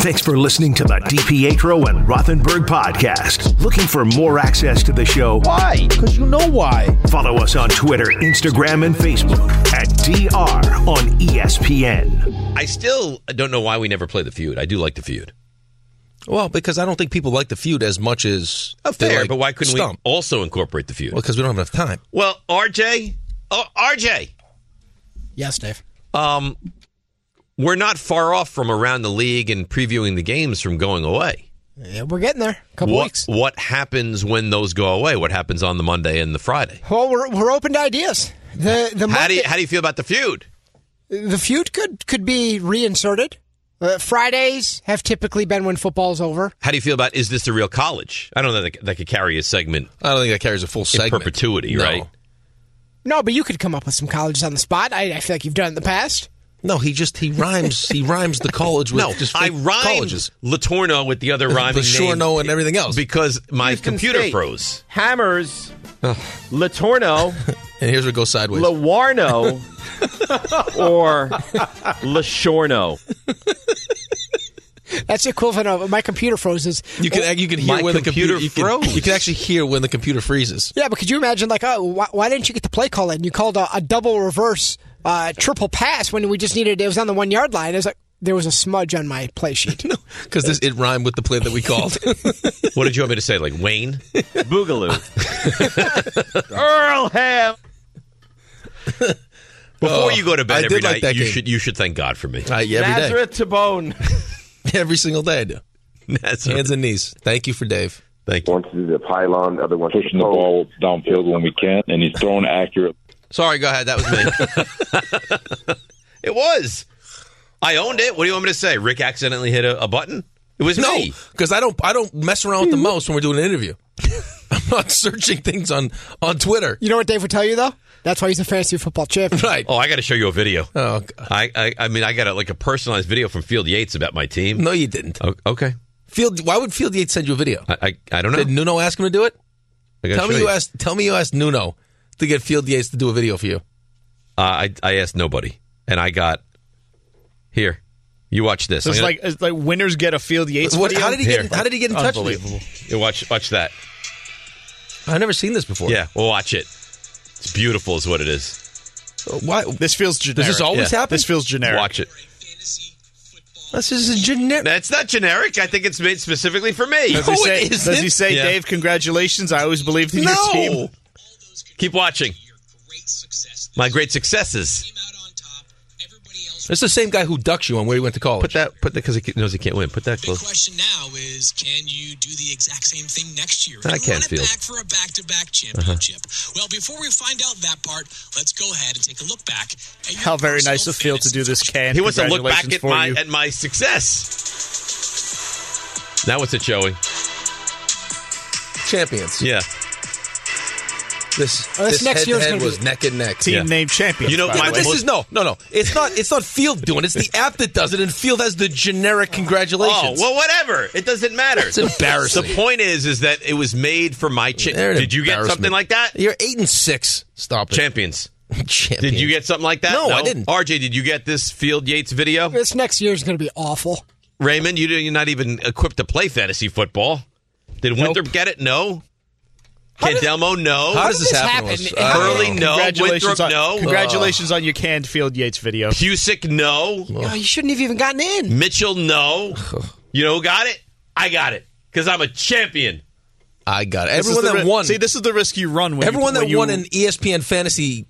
Thanks for listening to the DiPietro and Rothenberg podcast. Looking for more access to the show? Why? Because you know why. Follow us on Twitter, Instagram, and Facebook at DR on E ESPN.
I still don't know why we never play the feud. I do like the feud.
Well, because I don't think people like the feud as much as
Oh,
they
fair,
like
but why couldn't
Stump.
we also incorporate the feud?
Well, because we don't have enough time.
Well, RJ, oh, RJ,
Yes, Dave.
um, we're not far off from around the league and previewing the games from going away.
Yeah, we're getting there. Couple
What
weeks.
what happens when those go away? What happens on the Monday and the Friday?
Well, we're, we're open to ideas. The the
How do you,
market-
how do you feel about the feud?
the feud could could be reinserted. Uh, Fridays have typically been when football's over.
How do you feel about is this a real college? I don't know that that could carry a segment
I don't think that carries a full
in
segment.
perpetuity,
No.
right?
No, but you could come up with some colleges on the spot. I, I feel like you've done it in the past.
No, he just he rhymes he rhymes the
[laughs]
college with
No,
just
I
fake
rhymed
colleges.
Latorno with
[laughs]
the other rhyming
sure
name
no and everything else.
because my
Houston
computer
State
froze.
Hammers, Latorno,
and here's what goes sideways.
Lawarno, or Lashorno.
That's equivalent of my computer froze.
you can you can hear
my
when the computer,
computer
you can- You
froze.
can, actually hear when the computer freezes.
Yeah, but could you imagine, like, oh, why, why didn't you get the play call in? You called a, a double reverse, uh, triple pass when we just needed it was on the one yard line. It was like there was a smudge on my play [laughs] sheet.
Because this it rhymed with the play that we called.
What did you want me to say? Like Wayne?
Boogaloo. Earl Ham.
[laughs] Before you go to bed
I
every
did like
night,
that
you
game.
should you should thank God for me.
I, every day.
Nazareth Tabone.
[laughs] every single day I do.
That's
Hands and knees. Thank you for Dave.
thank you.
One to do the pylon, the other one
pushing the ball downfield when we can, and he's throwing accurate.
Sorry, go ahead. That was me.
[laughs] It was. I owned it. What do you want me to say? Rick accidentally hit a, a button. It was
no,
me.
because I don't I don't mess around with the mouse when we're doing an interview. [laughs] I'm not searching things on on Twitter.
you know what Dave would tell you though? That's why he's a fantasy football [laughs] champ.
Right.
Oh, I got to show you a video.
Oh, God.
I, I I mean, I got a, like a personalized video from Field Yates about my team.
No, you didn't.
O- okay.
Field. Why would Field Yates send you a video?
I I, I don't know.
Did Nuno ask him to do it?
I gotta
Tell me
show
you asked. Tell me you asked Nuno to get Field Yates to do a video for you.
Uh, I I asked nobody, and I got here. You watch this.
So
I'm
it's
gonna-
like it's like winners get a field Yates.
What-
video.
how did he
Here.
get? How did he get in touch with you?
Unbelievable.
Yeah, watch watch that.
I've never seen this before.
Yeah, well, watch it. It's beautiful, is what it is.
Why?
This feels generic.
Does this always
Yeah.
happen?
This feels generic.
Watch it.
This is a generic.
That's not generic. I think it's made specifically for me.
Does he
No, it
say,
isn't.
does he say
Yeah.
Dave, congratulations? I always believed in your team.
No. Keep watching. My great successes.
It's the same guy who ducks you on where he went to
Put
college.
that. Put that because he knows he can't win. Put that close.
question now is can you do the exact same thing next year?
I
And run
can't
it
feel. Uh-huh.
back for a back-to-back championship. Well, before we find out that part, let's go ahead and take a look back. At your
How very
personal
nice of Field to
fantasy
do this, Can.
He wants to look back
Congratulations
at
for
my
you.
at my success. Now what's it, Joey?
Champions.
Yeah.
This
Oh, this
this
next
head
year's gonna
head
be-
was neck and neck.
Team
Yeah.
named champion.
You know,
Yeah,
my-
but this
most-
is no, no, no. It's not. It's not Field doing. it. It's the
[laughs]
app that does it, and Field has the generic
Oh
congratulations.
well, whatever. It doesn't matter.
It's embarrassing.
The point is, is that it was made for my. Cha-
They're an
Did you get something
embarrassment.
like that?
You're eight and six. Stop it.
Champions.
[laughs] Champions.
Did you get something like that?
No, I didn't.
RJ, did you get this Field Yates video?
This next year is going to be awful.
Raymond, you didn't- you're not even equipped to play fantasy football. Did Winthrop get it? No. Candelmo, no.
How does this
this
uh, happen?
happen?
to us? I don't
Early
know.
no.
Congratulations
Winthrop,
on,
no.
congratulations on your canned Field Yates video.
Pusick, no.
Oh, you shouldn't have even gotten in.
Mitchell, no. You know who got it? I got it because I'm a champion.
I got it.
This
Everyone
is the
that
ri-
won.
See,
this is the risk you run. When
everyone
you,
that
when you-
won an E ESPN fantasy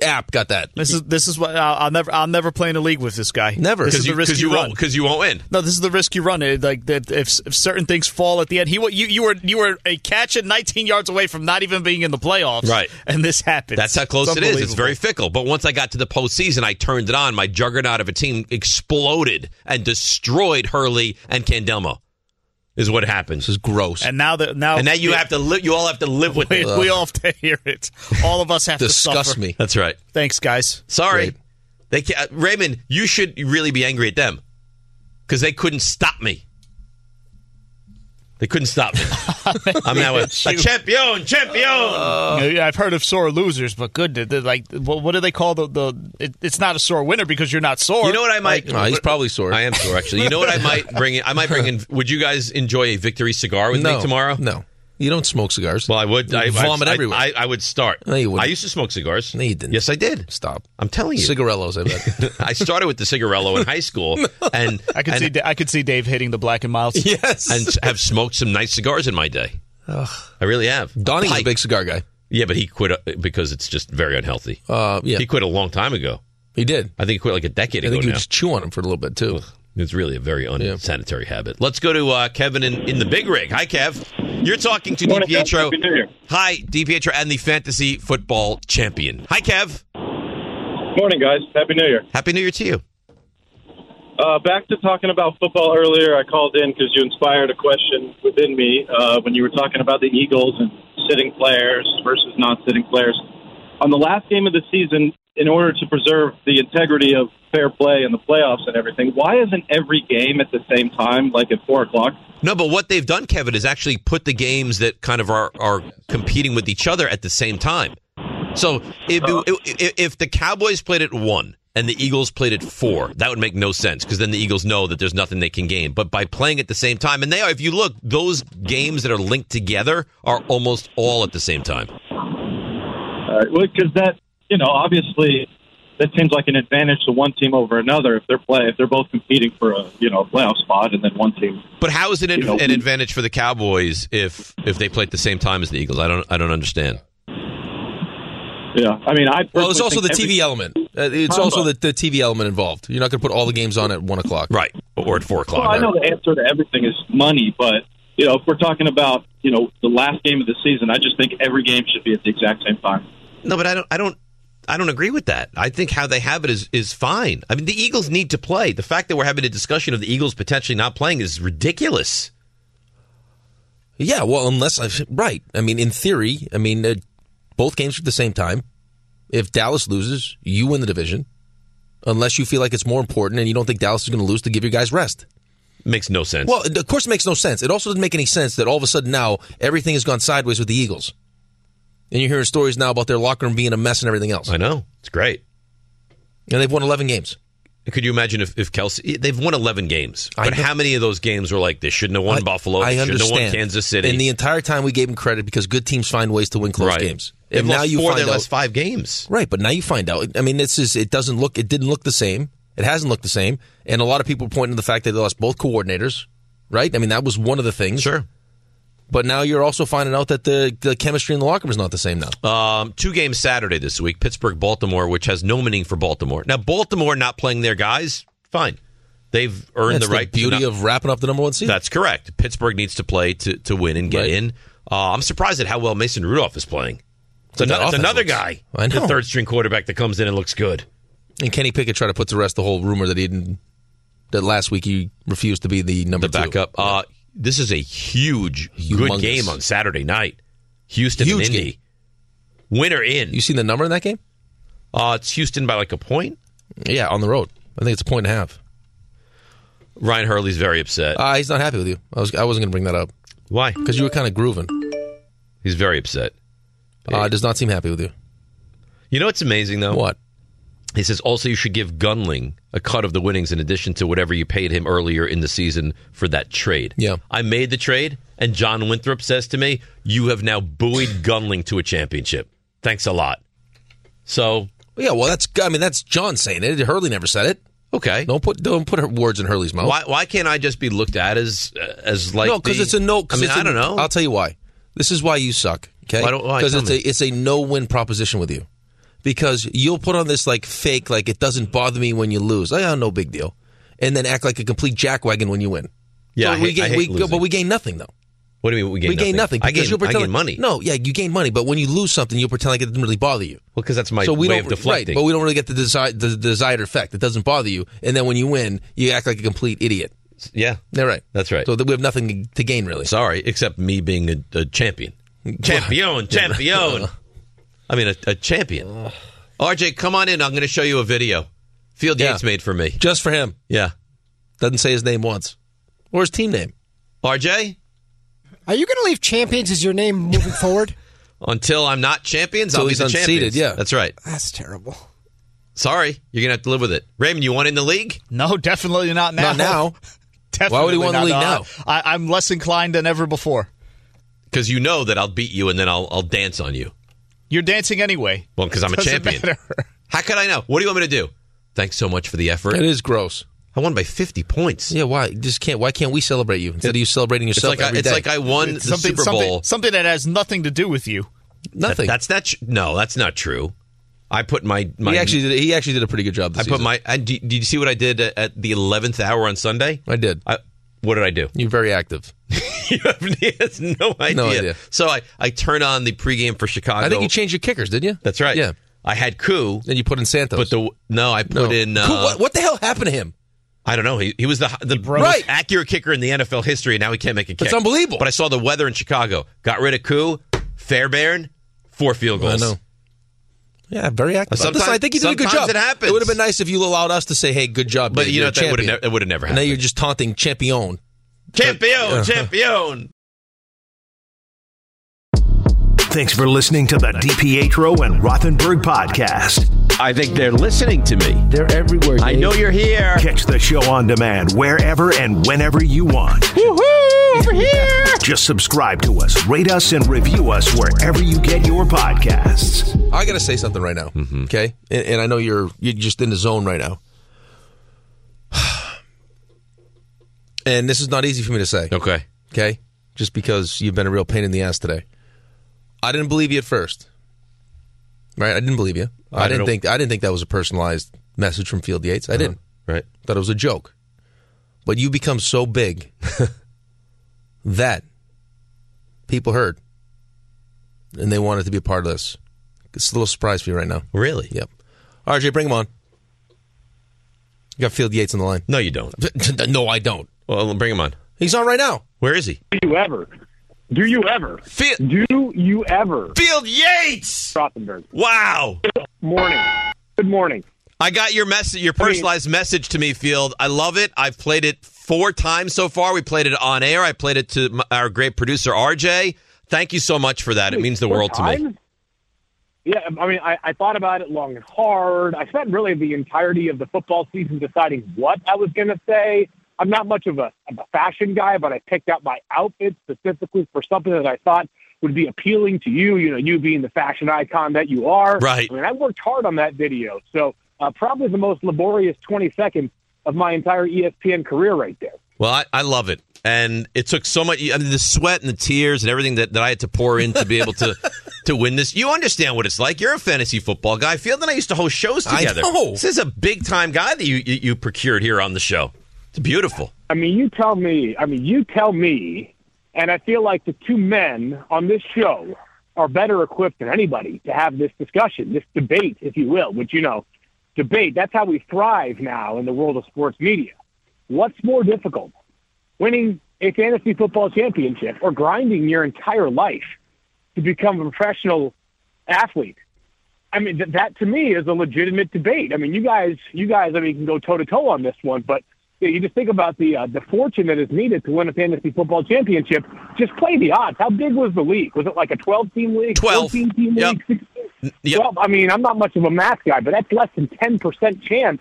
app got that.
This is this is what I'll, I'll never I'll never play in a league with this guy. Never this
because
is
you,
the risk
'cause you
run
won't because you won't win.
No, this is the risk you run. It, like that, if, if certain things fall at the end, he wa- you you were you were a catch at 19 yards away from not even being in the playoffs.
Right.
and this happened.
That's how close it is. It's very fickle. But once I got to the postseason, I turned it on. My juggernaut of a team exploded and destroyed Hurley and Candelmo. Is what happened. This
is gross.
And now that now
and now you have to live. You all have to live
[laughs]
with
We,
it.
we all have to hear it. All of us have to suffer.
That's right.
Thanks, guys.
Sorry, they ca uh, Raymond. You should really be angry at them because they couldn't stop me. They couldn't
[laughs]
stop me. I'm now a, a champion, champion.
Oh.
Uh.
Yeah, I've heard of sore losers, but good. they're Like, what, what do they call the the? It, it's not a sore winner because you're not sore.
You know what I might?
Like, what-
Oh, probably sore.
I am sore, actually. You know what I might bring in? I
[laughs]
might bring in. Would you guys enjoy a victory cigar with
No,
me tomorrow?
No, you don't smoke cigars.
Well, I would. I,
vomit
I,
everywhere.
I, I would start.
No, you wouldn't.
I used to smoke cigars.
No, you didn't.
Yes, I did.
Stop.
I'm telling you,
Cigarellos. I bet.
[laughs] I started with the cigarello in
[laughs]
high school, and
I could
and,
see Da- I could see Dave hitting the black and
[laughs]
miles.
Yes,
and have smoked some nice cigars in my day.
Ugh.
I really have.
Donnie was a
Pipe.
big cigar guy.
Yeah, but he quit uh, because it's just very unhealthy.
Uh, yeah,
He quit a long time ago.
He did.
I think he quit like a decade
I
ago
think you
now.
just chew on him for a little bit too.
It's really a very unsanitary habit. Let's go to uh, Kevin in, in the big rig. Hi, Kev. You're talking to
Morning, guys.
DiPietro.
Happy New Year.
Hi, DiPietro and the fantasy football champion. Hi, Kev.
Morning, guys. Happy New Year.
Happy New Year to you.
Uh, back to talking about football earlier. I called in because you inspired a question within me uh, when you were talking about the Eagles and sitting players versus non-sitting players. On the last game of the season, in order to preserve the integrity of fair play and the playoffs and everything, why isn't every game at the same time, like at four o'clock?
No, but what they've done, Kevin, is actually put the games that kind of are, are competing with each other at the same time. So if, if, if the Cowboys played at one and the Eagles played at four, that would make no sense because then the Eagles know that there's nothing they can gain. But by playing at the same time, and they are, if you look, those games that are linked together are almost all at the same time.
Because that, you know, obviously that seems like an advantage to one team over another if they're play if they're both competing for a you know playoff spot and then one team.
But how is it an,
You know,
an advantage for the Cowboys if if they play at the same time as the Eagles? I don't I don't understand.
Yeah, I mean, I
Well, there's also the
personally think every-
TV element. Uh, it's
Combo.
also the, the TV element involved. You're not going to put all the games on at one o'clock,
right, or at four
Well, I know the answer to everything is money, but you know, if we're talking about you know the last game of the season, I just think every game should be at the exact same time.
No, but I don't. I don't. I don't agree with that. I think how they have it is is fine. I mean, the Eagles need to play. The fact that we're having a discussion of the Eagles potentially not playing is ridiculous.
Yeah, well, unless I right. I mean, in theory, I mean, uh, both games are at the same time. If Dallas loses, you win the division, unless you feel like it's more important and you don't think Dallas is going to lose to give your guys rest.
Makes no sense.
Well, it- of course, it makes no sense. It also doesn't make any sense that all of a sudden now everything has gone sideways with the Eagles, and you're hearing stories now about their locker room being a mess and everything else.
I know it's great,
and they've won 11 games.
Could you imagine if, if Kelsey? They've won eleven games,
I
but
know.
how many of those games were like they shouldn't have won Buffalo?
I
they
understand.
Shouldn't have won Kansas City.
And the entire time we gave them credit because good teams find ways to win close
Right.
games.
They've
and
lost
now you
four of
find
their
out,
last five games.
Right, but now you find out. I mean, this is it doesn't look it didn't look the same. It hasn't looked the same. And a lot of people point to the fact that they lost both coordinators, right? I mean, that was one of the things.
Sure.
But now you're also finding out that the, the chemistry in the locker room is not the same now.
Um, two games Saturday this week: Pittsburgh, Baltimore, which has no meaning for Baltimore. Now, Baltimore not playing their guys, fine. They've earned
That's
the right. to
beauty
not-
of wrapping up the number one seed.
That's correct. Pittsburgh needs to play to, to win and get in. Uh, I'm surprised at how well Mason Rudolph is playing. It's,
But that
ano- it's
offense
another
looks-
guy,
I know.
the third string quarterback that comes in and looks good.
And Kenny Pickett tried to put to rest the whole rumor that he didn't that last week he refused to be the number
The
two.
backup. Uh, this is a huge,
Humongous.
good game on Saturday night. Houston
Huge
and Indy.
game.
Winner in. You
seen the number in that game?
Uh, it's Houston by like a point.
Yeah, on the road. I think it's a point and a half.
Ryan Hurley's very upset.
Uh, he's not happy with you. I was I wasn't going to bring that up.
Why?
Because you were kind of grooving.
He's very upset.
Uh, does not seem happy with you.
You know what's amazing though?
What?
He says also you should give Gunling a cut of the winnings in addition to whatever you paid him earlier in the season for that trade.
Yeah.
I made the trade and John Winthrop says to me, "You have now buoyed Gunling to a championship. Thanks a lot." So,
yeah, well that's I mean that's John saying it. Hurley never said it.
Okay.
Don't put don't put her words in Hurley's mouth.
Why, why can't I just be looked at as uh, as like
no, because
the-
it's a no. 'cause
I mean,
it's a-
I don't know.
I'll tell you why. This is why you suck. Okay,
Why don't- why?
because
Tell
it's
me.
a it's a no win proposition with you. Because you'll put on this like fake, like it doesn't bother me when you lose. Oh, no big deal, and then act like a complete jackwagon when you win.
Yeah,
But
I
we
hate-
gain,
I hate
we,
losing.
but we gain nothing though.
What do you mean we gain?
we gain nothing.
I
because
gain,
you'll
I
pretend
gain
like-
money.
No, yeah, you gain money, but when you lose something, you'll pretend like it didn't really bother you.
Well, because that's my
so we
way
don't,
of deflecting.
Right, but we don't really get the, desi- the desired effect. It doesn't bother you, and then when you win, you act like a complete idiot.
yeah,
they're right.
That's right.
So that we have nothing to gain really.
Sorry, except me being a, a champion. [laughs] Champion, champion. I mean, a, a champion. RJ, come on in. I'm going to show you a video. Field Yates made for me.
Just for him.
Yeah.
Doesn't say his name once. Or his team name.
RJ,
Are you going to leave champions as your name moving forward?
until I'm not champions,
Till
I'll be
he's
the
unseated,
champions.
yeah.
That's right.
[laughs] That's terrible.
Sorry, you're going to have to live with it. Raymond, you want in the league?
No, definitely not now.
Not now.
[laughs] definitely
Why would he want to
not Uh,
leave
I, I'm less inclined than ever before.
Because you know that I'll beat you and then I'll, I'll dance on you.
You're dancing anyway.
Well, because I'm a
Doesn't
champion.
matter.
How could I know? What do you want me to do? Thanks so much for the effort.
It is gross.
I won by 50 points.
Yeah, why? Just can't. Why can't we celebrate you instead of you celebrating
It's
yourself
like I-
every
it's
day?
like I won the Super Bowl.
Something, something that has nothing to do with you.
Nothing.
That- that's not. tr- No, that's not true. I put my. my
he actually did. He actually did a pretty good job. This
I put
season.
my. I, did did you see what I did at, at the eleventh hour on Sunday?
I did.
I, what did I do? [laughs]
You're very active.
you have n- has no idea.
idea.
So I I turn on the pregame for Chicago.
I think you changed your kickers, did you?
That's right.
Yeah.
I had Koo.
And you put in Santos.
But the no, I put
No.
in. Uh,
Who- what, what the hell happened to him?
I don't know. He, he was the the most
Right.
accurate kicker in the NFL history, and now he can't make a kick.
It's unbelievable.
But I saw the weather in Chicago. Got rid of Koo, Fairbairn, four
I
field goals.
know. Yeah, very active.
Sometimes-
Listen, I think you did a good
sometimes
job.
it happens.
would have been nice if you allowed us to say, "Hey, good job."
But
Dave,
you know
You're
what? That
a
would've
champion."
ne- that would've never
And now
happened.
you're just taunting champion.
Champion, champion.
Thanks for listening to the DPetro and Rothenberg podcast.
I think they're listening to me. They're everywhere. I know you're here.
Catch the show on demand wherever and whenever you want.
Woohoo! Over here.
Just subscribe to us, rate us, and review us wherever you get your podcasts.
I got to say something right now,
Mm-hmm.
okay? And, and I know you're you're just in the zone right now. [sighs] And this is not easy for me to say.
Okay.
Okay? Just because you've been a real pain in the ass today. I didn't believe you at first. Right? I didn't believe you. I,
I
didn't
don't- Uh-huh.
think I didn't think that was a personalized message from Field Yates. I didn't.
Right.
Thought it was a joke. But you become so big [laughs] that people heard and they wanted to be a part of this. It's a little surprise for you right now.
Really?
Yep. RJ, bring him on. You got Field Yates on the line.
No, you don't.
[laughs] no, I don't.
Well, bring him on.
He's on right now.
Where is he?
Do you ever? Do you ever? Do you ever?
Field Yates.
Rothenberg.
Wow.
Morning. Good morning.
I got your message, your personalized message to me, Field. I love it. I've played it four times so far. We played it on air. I played it to m our great producer RJ. Thank you so much for that. It means the world to me.
Times? Yeah, I mean, I, I thought about it long and hard. I spent really the entirety of the football season deciding what I was going to say. I'm not much of a, of a fashion guy, but I picked out my outfit specifically for something that I thought would be appealing to you, you know, you being the fashion icon that you are.
Right.
I mean, I worked hard on that video. So uh, probably the most laborious 20 seconds of my entire E ESPN career right there.
Well, I, I love it. And it took so much I mean, the sweat and the tears and everything that, that I had to pour in to be
[laughs]
able to to win this. You understand what it's like. You're a fantasy football guy. Field and I used to host shows
I
together.
know.
This is a big time guy that you, you you procured here on the show. It's beautiful.
I mean, you tell me. I mean, you tell me, and I feel like the two men on this show are better equipped than anybody to have this discussion, this debate, if you will. Which you know, debate. That's how we thrive now in the world of sports media. What's more difficult, winning a fantasy football championship or grinding your entire life to become a professional athlete? I mean, th- that to me is a legitimate debate. I mean, you guys, you guys, I mean, can go toe to toe on this one, but you, know, you just think about the uh, the fortune that is needed to win a fantasy football championship. Just play the odds. How big was the league? Was it like a twelve team league,
12.
fourteen team
Yep.
league, sixteen? Well, I mean, I'm not much of a math guy, but that's less than ten percent chance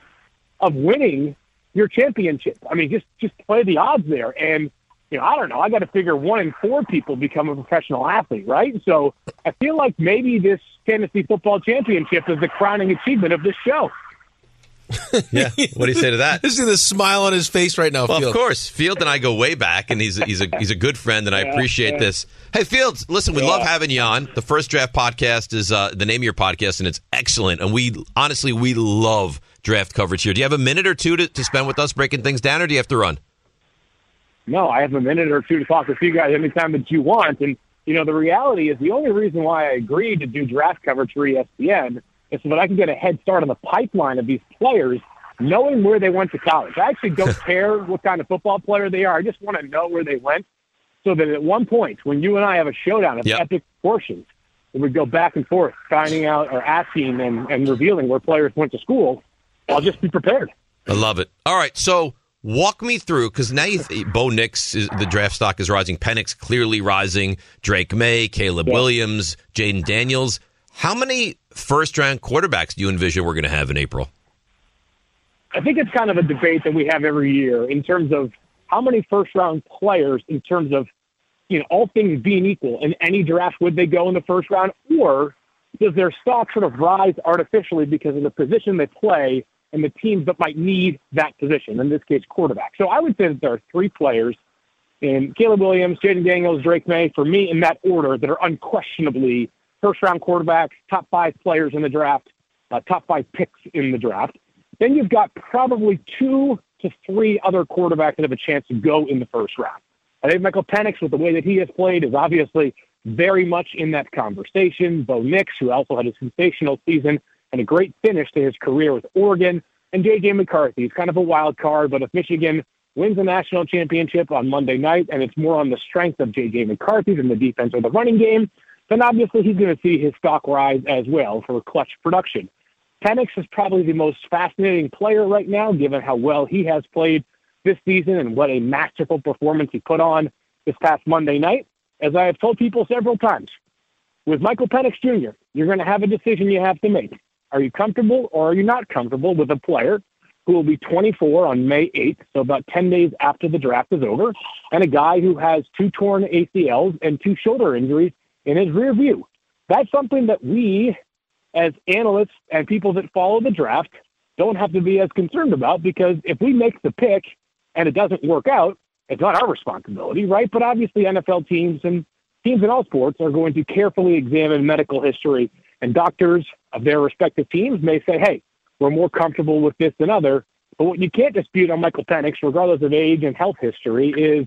of winning your championship. I mean, just just play the odds there, and you know, I don't know. I got to figure one in four people become a professional athlete, right? So I feel like maybe this fantasy football championship is the crowning achievement of this show.
Yeah. What do you say to that?
Just see the smile on his face right now.
Well,
Field.
of course, Field and I go way back, and he's he's a he's a good friend, and I
[laughs] Yeah,
appreciate
yeah.
this. Hey, Fields, listen, we love having you on. The first draft podcast is uh, the name of your podcast, and it's excellent. And we honestly we love draft coverage here. Do you have a minute or two to, to spend with us breaking things down, or do you have to run?
no, I have a minute or two to talk with you guys anytime that you want. And, you know, the reality is the only reason why I agreed to do draft coverage for E ESPN is so that I can get a head start on the pipeline of these players, knowing where they went to college. I actually don't care what kind of football player they are. I just want to know where they went so that at one point, when you and I have a showdown of epic proportions, and we go back and forth finding out or asking and, and revealing where players went to school, I'll just be prepared.
I love it. All right, so walk me through because now you th- Bo Nix is the draft stock is rising. Penix clearly rising. Drake May, Caleb Williams, Jaden Daniels. How many first round quarterbacks do you envision we're going to have in April?
I think it's kind of a debate that we have every year in terms of how many first round players, in terms of, you know, all things being equal, in any draft, would they go in the first round or does their stock sort of rise artificially because of the position they play and the teams that might need that position, in this case, quarterback? So I would say that there are three players in Caleb Williams, Jaden Daniels, Drake May, for me, in that order, that are unquestionably first round quarterbacks, top five players in the draft, uh, top five picks in the draft. Then you've got probably two to three other quarterbacks that have a chance to go in the first round. I think Michael Penix, with the way that he has played, is obviously very much in that conversation. Bo Nix, who also had a sensational season and a great finish to his career with Oregon, and J.J. McCarthy. He's kind of a wild card, but if Michigan wins the national championship on Monday night, and it's more on the strength of J.J. McCarthy than the defense or the running game, then obviously he's going to see his stock rise as well for clutch production. Penix is probably the most fascinating player right now, given how well he has played this season and what a masterful performance he put on this past Monday night. As I have told people several times, with Michael Penix Jr., you're going to have a decision you have to make. Are you comfortable or are you not comfortable with a player who will be 24 on May 8th, so about 10 days after the draft is over, and a guy who has two torn ACLs and two shoulder injuries in his rear view? That's something that we as analysts and people that follow the draft don't have to be as concerned about because if we make the pick and it doesn't work out, it's not our responsibility, right? But obviously, NFL teams and teams in all sports are going to carefully examine medical history, and doctors of their respective teams may say, hey, we're more comfortable with this than other. But what you can't dispute on Michael Penix, regardless of age and health history, is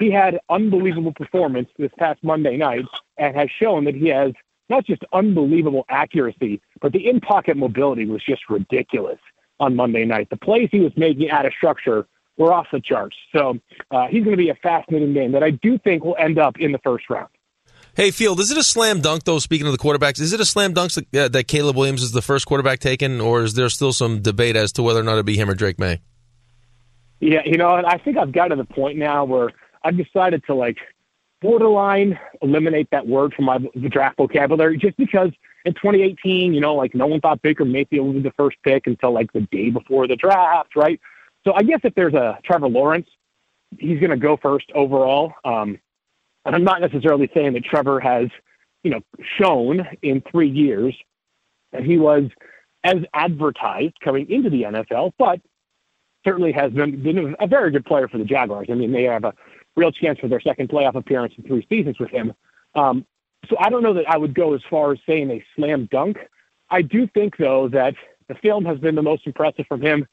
he had unbelievable performance this past Monday night and has shown that he has not just unbelievable accuracy, but the in pocket mobility was just ridiculous on Monday night. The plays he was making out of structure were off the charts. So uh, he's going to be a fascinating name that I do think will end up in the first round.
Hey, Field, is it a slam dunk, though, speaking of the quarterbacks? Is it a slam dunk that, uh, that Caleb Williams is the first quarterback taken, or is there still some debate as to whether or not it'd be him or Drake May?
Yeah, you know, and I think I've got to the point now where I've decided to like borderline eliminate that word from my the draft vocabulary just because in 2018, you know, like no one thought Baker Mayfield would be the first pick until like the day before the draft, right? So I guess if there's a Trevor Lawrence, he's going to go first overall. Um, and I'm not necessarily saying that Trevor has, you know, shown in three years that he was as advertised coming into the NFL, but certainly has been, been a very good player for the Jaguars. I mean, they have a real chance for their second playoff appearance in three seasons with him. Um, so I don't know that I would go as far as saying a slam dunk. I do think, though, that the film has been the most impressive from him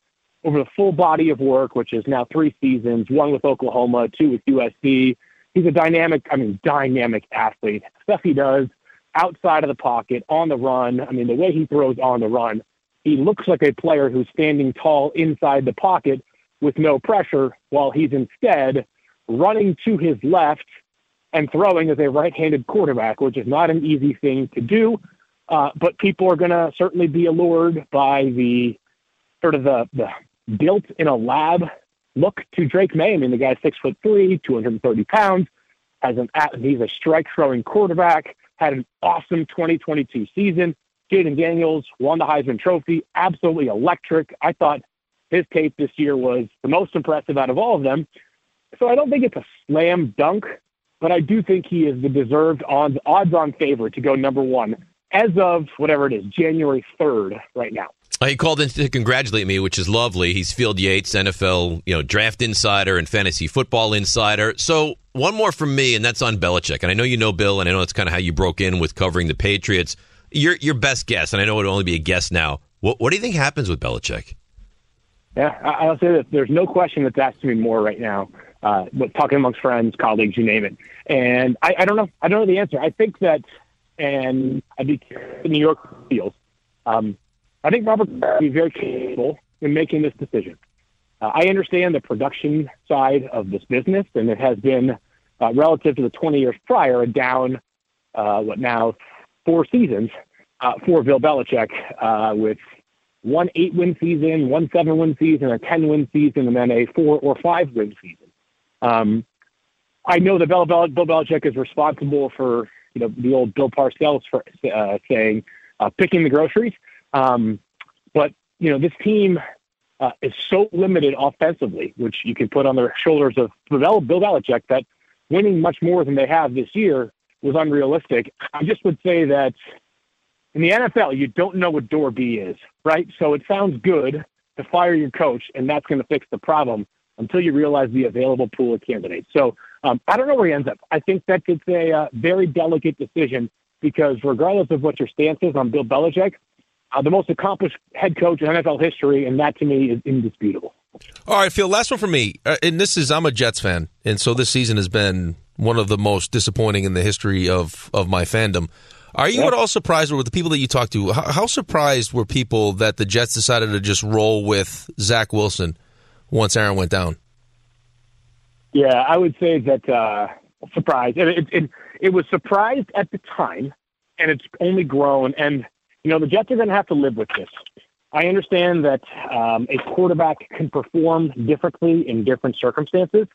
over the full body of work, which is now three seasons one with Oklahoma, two with USC. He's a dynamic, I mean, dynamic athlete. Stuff he does outside of the pocket, on the run. I mean, the way he throws on the run, he looks like a player who's standing tall inside the pocket with no pressure, while he's instead running to his left and throwing as a right handed quarterback, which is not an easy thing to do. Uh, but people are going to certainly be allured by the sort of the, the built in a lab look to Drake May. I mean, the guy's six foot three, 230 pounds, has an at- he's a strike throwing quarterback, had an awesome 2022 season. Jaden Daniels won the Heisman Trophy, absolutely electric. I thought his tape this year was the most impressive out of all of them. So I don't think it's a slam dunk, but I do think he is the deserved odds odds on favorite to go number one as of whatever it is, January 3rd, right now.
Uh, He called in to congratulate me, which is lovely. He's Field Yates, NFL, you know, draft insider and fantasy football insider. So one more from me, and that's on Belichick. And I know you know Bill, and I know that's kind of how you broke in with covering the Patriots. Your your best guess, and I know it would only be a guess now. What what do you think happens with Belichick?
Yeah, I- I'll say this. There's no question that's asked me more right now. Uh, but talking amongst friends, colleagues, you name it. And I, I don't know. I don't know the answer. I think that, and I'd be curious what New York feels. Um, I think Robert would be very capable in making this decision. Uh, I understand the production side of this business, and it has been uh, relative to the 20 years prior a down uh, what now four seasons uh, for Bill Belichick uh, with one eight win season, one seven win season, a ten win season, and then a four or five win season. Um, I know that Bill, Bel- Bill Belichick is responsible for you know the old Bill Parcells for, uh, saying uh, picking the groceries, um, but you know this team uh, is so limited offensively, which you can put on the shoulders of Bill, Bill Belichick that winning much more than they have this year was unrealistic. I just would say that in the NFL, you don't know what door B is, right? So it sounds good to fire your coach, and that's going to fix the problem until you realize the available pool of candidates. So um, I don't know where he ends up. I think that it's a uh, very delicate decision because, regardless of what your stance is on Bill Belichick, uh, the most accomplished head coach in NFL history, and that to me is indisputable.
All right, Phil. Last one for me, uh, and this is I'm a Jets fan, and so this season has been one of the most disappointing in the history of of my fandom. Are you at all surprised, or with the people that you talked to, how, how surprised were people that the Jets decided to just roll with Zach Wilson once Aaron went down?
Yeah, I would say that uh, surprised. It, it, it, it was surprised at the time, and it's only grown. And you know, the Jets are going to have to live with this. I understand that um, a quarterback can perform differently in different circumstances,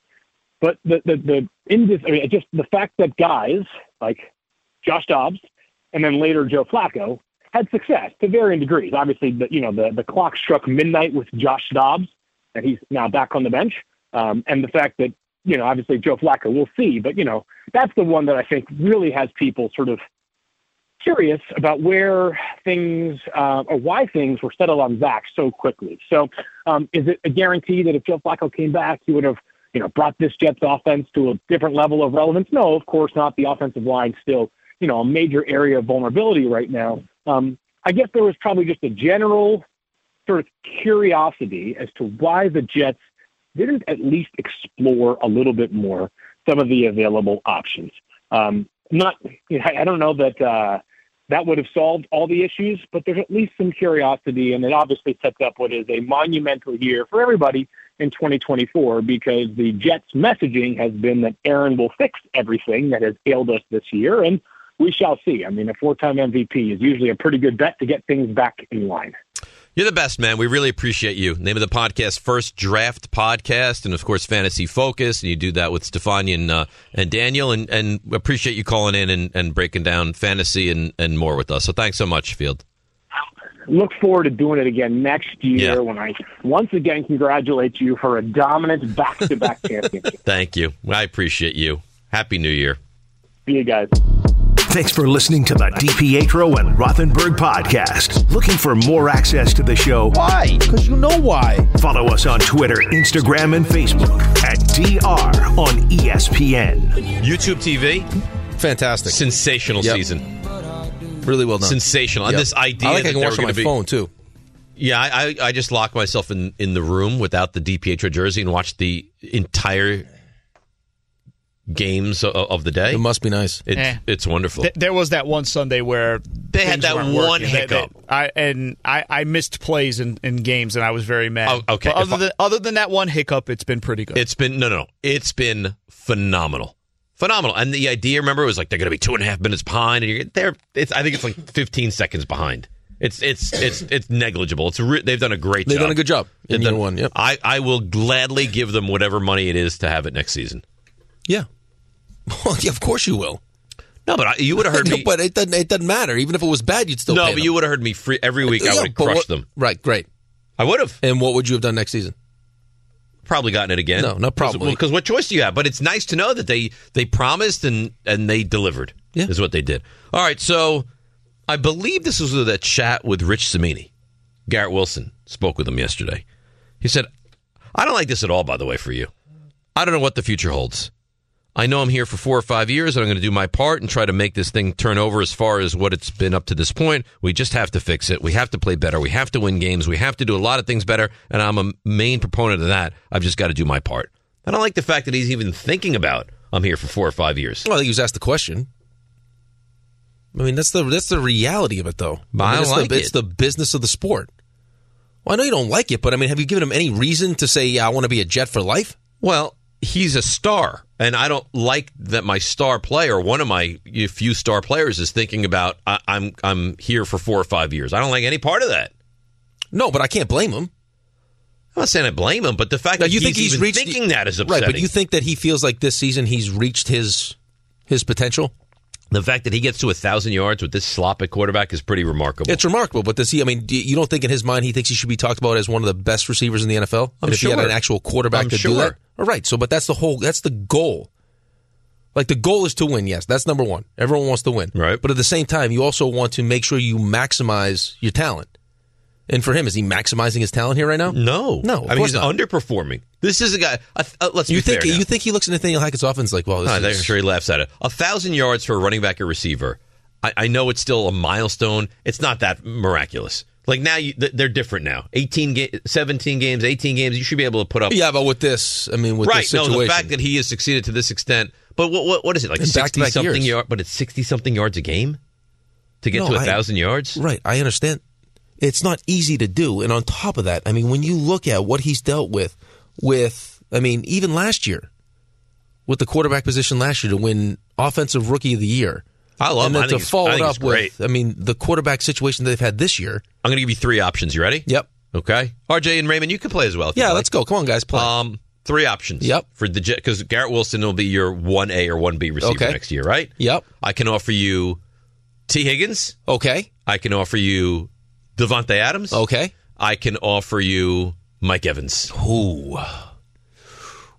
but the the, the in this, I mean, just the fact that guys like Josh Dobbs and then later Joe Flacco had success to varying degrees. Obviously, the, you know the the clock struck midnight with Josh Dobbs, and he's now back on the bench. Um, and the fact that you know obviously Joe Flacco, we'll see, but you know that's the one that I think really has people sort of curious about where things uh, or why things were settled on Zach so quickly. So, um, is it a guarantee that if Joe Flacco came back, he would have you know brought this Jets offense to a different level of relevance? No, of course not. The offensive line still you know a major area of vulnerability right now. Um, I guess there was probably just a general sort of curiosity as to why the Jets didn't at least explore a little bit more some of the available options. Um, not, I I don't know that uh, that would have solved all the issues, but there's at least some curiosity, and it obviously sets up what is a monumental year for everybody in 2024 because the Jets' messaging has been that Aaron will fix everything that has ailed us this year, and we shall see. I mean, a four-time MVP is usually a pretty good bet to get things back in line.
You're the best, man. We really appreciate you. Name of the podcast, First Draft Podcast, and of course, Fantasy Focus. And you do that with Stefania and, uh, and Daniel. And, and appreciate you calling in and, and breaking down fantasy and, and more with us. So thanks so much, Field.
look forward to doing it again next year
Yeah.
when I once again congratulate you for a dominant back-to-back [laughs] championship.
Thank you. I appreciate you. Happy New Year.
See you guys.
Thanks for listening to the DPetro and Rothenberg podcast. Looking for more access to the show? Why? Because you know why. Follow us on Twitter, Instagram, and Facebook at DR on E ESPN.
YouTube TV,
fantastic,
sensational season,
really well done,
sensational. And
Yep.
this idea
I like I
that
can
they
watch
were
it on my
gonna be-
phone too.
Yeah, I, I, I just locked myself in, in the room without the DiPietro jersey and watched the entire games of, of the day. It
must be nice.
It's,
Eh.
it's wonderful.
Th- there was that one Sunday where they
had that one hiccup.
I and I, I missed plays in, in games, and I was very mad.
Oh, okay.
But
If I-
other than other than that one hiccup, it's been pretty good.
It's been no, no, no. It's been phenomenal, phenomenal. And the idea, remember, it was like they're going to be two and a half minutes behind, and you're there. It's I think it's like fifteen seconds behind. It's it's it's it's negligible. It's re- they've done a great.
They've
job.
done a good job in
They've
year
done-
one, yep.
I I will gladly give them whatever money it is to have it next season.
[laughs] Well, yeah, of course you will.
No, but I, you would
[laughs]
have heard me.
but it doesn't. It doesn't matter. Even if it was bad, you'd still.
no,
pay
but
them.
you would have heard me free every week. I
Yeah,
would have
but
crushed
what-
them.
Right, great.
I would have.
And what would you have done next season?
Probably gotten it again.
No, not probably.
Because what choice do you have? But it's nice to know that they they promised and and they delivered. Is what they did. All right, so I believe this was the chat with Rich Samini. Garrett Wilson spoke with him yesterday. He said, I don't like this at all, by the way, for you. I don't know what the future holds. I know I'm here for four or five years, and I'm going to do my part and try to make this thing turn over as far as what it's been up to this point. We just have to fix it. We have to play better. We have to win games. We have to do a lot of things better, and I'm a main proponent of that. I've just got to do my part. I don't like the fact that he's even thinking about I'm here for four or five years.
Well, he was asked the question. I mean, that's the that's the reality of it, though.
But I
mean, it's
like
the, It's
it.
the business of the sport. Well, I know you don't like it, but I mean, have you given him any reason to say, "Yeah, I want to be a Jet for life"?
Well, he's a star, and I don't like that my star player, one of my few star players, is thinking about I, I'm I'm here for four or five years. I don't like any part of that.
No, but I can't blame him.
I'm not saying I blame him, but the fact
Now,
that
you
he's
think he's
even
reached
thinking that is
right?
upsetting.
But you think that he feels like this season he's reached his his potential?
the fact that he gets to a thousand yards with this slop at quarterback is pretty remarkable.
It's remarkable, but does he? I mean, do you don't think in his mind he thinks he should be talked about as one of the best receivers in the NFL?
I'm
and if he had
sure.
an actual quarterback
I'm
to
sure.
do that, all right. So, but that's the whole. That's the goal. Like the goal is to win. Yes, that's number one. Everyone wants to win, right? But at the same time, you also want to make sure you maximize your talent. And for him, is he maximizing his talent here right now?
No,
no. Of
I mean,
course
he's
not.
underperforming. This is a guy. Uh, uh, let's
you
be
think
fair Ah, now.
you think he looks at Nathaniel Hackett's offense like, well, this
I'm
is
sure he laughs at it. A thousand yards for a running back or receiver. I, I know it's still a milestone. It's not that miraculous. Like now, you, th- they're different now. 18, ga- 17 games, 18 games. You should be able to put up.
yeah, but with this, I mean, with
right.
this situation,
No, the fact that he has succeeded to this extent. But what what, what is it like
In
sixty
back-to-back
something
years.
yard? But it's sixty something yards a game to get
No,
to a
I-
thousand yards.
Right. I understand. It's not easy to do. And on top of that, I mean, when you look at what he's dealt with, with, I mean, even last year, with the quarterback position last year to win Offensive Rookie of the Year.
I love
And then
him. I
to
think he's-
follow
I
it
think
up
he's great.
with, I mean, the quarterback situation that they've had this year.
I'm going to give you three options. You ready?
Yep.
Okay. RJ and Raymond, you can play as well.
Yeah, let's go. Come on, guys, play.
Um, three options. Yep. For the because Garrett Wilson will be your one A or one B receiver
Okay.
next year, right?
Yep.
I can offer you T. Higgins.
Okay.
I can offer you Devontae Adams.
Okay.
I can offer you Mike Evans.
Ooh. That's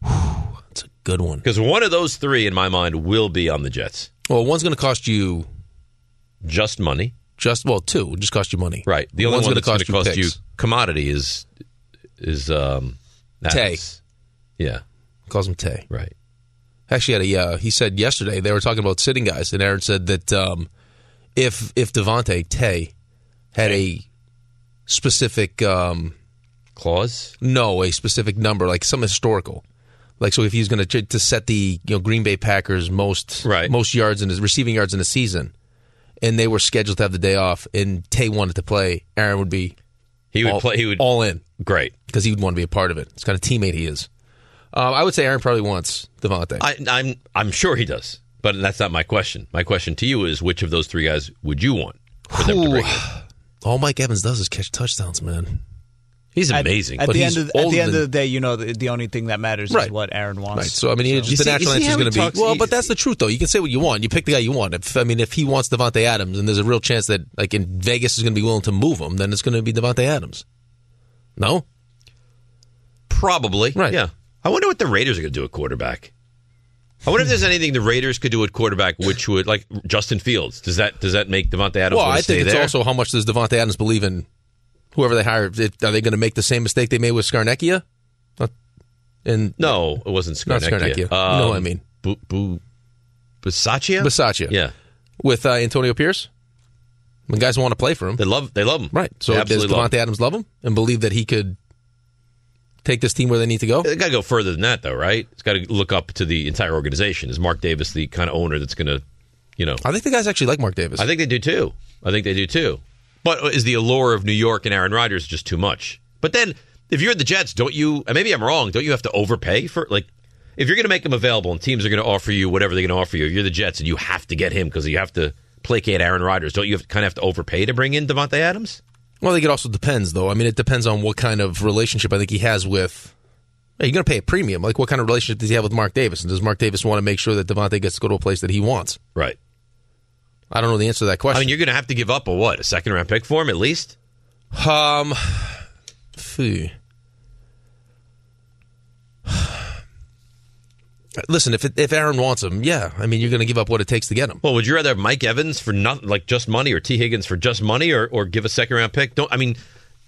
a good one.
Because one of those three, in my mind, will be on the Jets.
Well, one's going to cost you
just money.
Just, well, two would just cost you money.
Right. The only
one's
one
gonna
that's going to cost
picks.
you commodity is is um
Tay.
Adams. Yeah.
Calls him Tay.
Right.
Actually, had a, uh, he said yesterday they were talking about sitting guys, and Aaron said that um, if if Devontae Tay had a specific um,
clause,
no, a specific number, like some historical, like so if he's going to to set the you know Green Bay Packers most most yards in his receiving yards in a season, and they were scheduled to have the day off, and Tay wanted to play, Aaron would be
He would
all-
play- he would-
all in
great
because he would want to be a part of it. It's the kind of teammate he is. Um, I would say Aaron probably wants Devontae.
I, I'm I'm sure he does, but that's not my question. My question to you is, which of those three guys would you want for them to bring in?
All Mike Evans does is catch touchdowns, man.
He's
At-
amazing,
At,
but
the
he's
end, of, at
older
the end
than-
of the day, you know, the, the only thing that matters
Right.
is what Aaron wants.
Right. So I mean, it's- the natural answer is going to be well, but that's the truth though. You can say what you want. You pick the guy you want. If I mean, if he wants Devontae Adams, and there's a real chance that like in Vegas is going to be willing to move him, then it's going to be Devontae Adams. No,
Probably. Right. Yeah. I wonder what the Raiders are going to do at quarterback. I wonder if there's anything the Raiders could do at quarterback, which would like Justin Fields. Does that does that make Devontae Adams?
well,
want
I
to stay
think it's
there?
also how much does Devontae Adams believe in whoever they hire? If- Are they going to make the same mistake they made with Scarnecchia? Uh, And
no, it wasn't
Not
Skarnecki.
Scarnecchia. you know what I mean?
Bu, bu, Bisaccia.
Bisaccia.
Yeah.
With uh, Antonio Pierce. When guys want to play for him,
they love they love him.
Right. So
They
does
absolutely love
Devontae Adams love him and believe that he could take this team where they need to go?
They got to go further than that, though, right? It's got to look up to the entire organization. Is Mark Davis the kind of owner that's going to, you know?
I think the guys actually like Mark Davis.
I think they do too. I think they do too. But is the allure of New York and Aaron Rodgers just too much? But then, if you're the Jets, don't you? And maybe I'm wrong. Don't you have to overpay for like? If you're going to make him available and teams are going to offer you whatever they're going to offer you, if you're the Jets and you have to get him because you have to placate Aaron Rodgers, don't you have kind of have to overpay to bring in Devontae Adams?
Well, I think it also depends, though. I mean, it depends on what kind of relationship I think he has with. Hey, You're going to pay a premium. Like, what kind of relationship does he have with Mark Davis? And does Mark Davis want to make sure that Devontae gets to go to a place that he wants?
Right.
I don't know the answer to that question.
I mean, you're going to have to give up a what? A second round pick for him at least?
Um, phew. [sighs] Listen, if it, if Aaron wants him, yeah, I mean you're going to give up what it takes to get him.
Well, would you rather have Mike Evans for not like just money, or T Higgins for just money, or or give a second round pick? Don't I mean?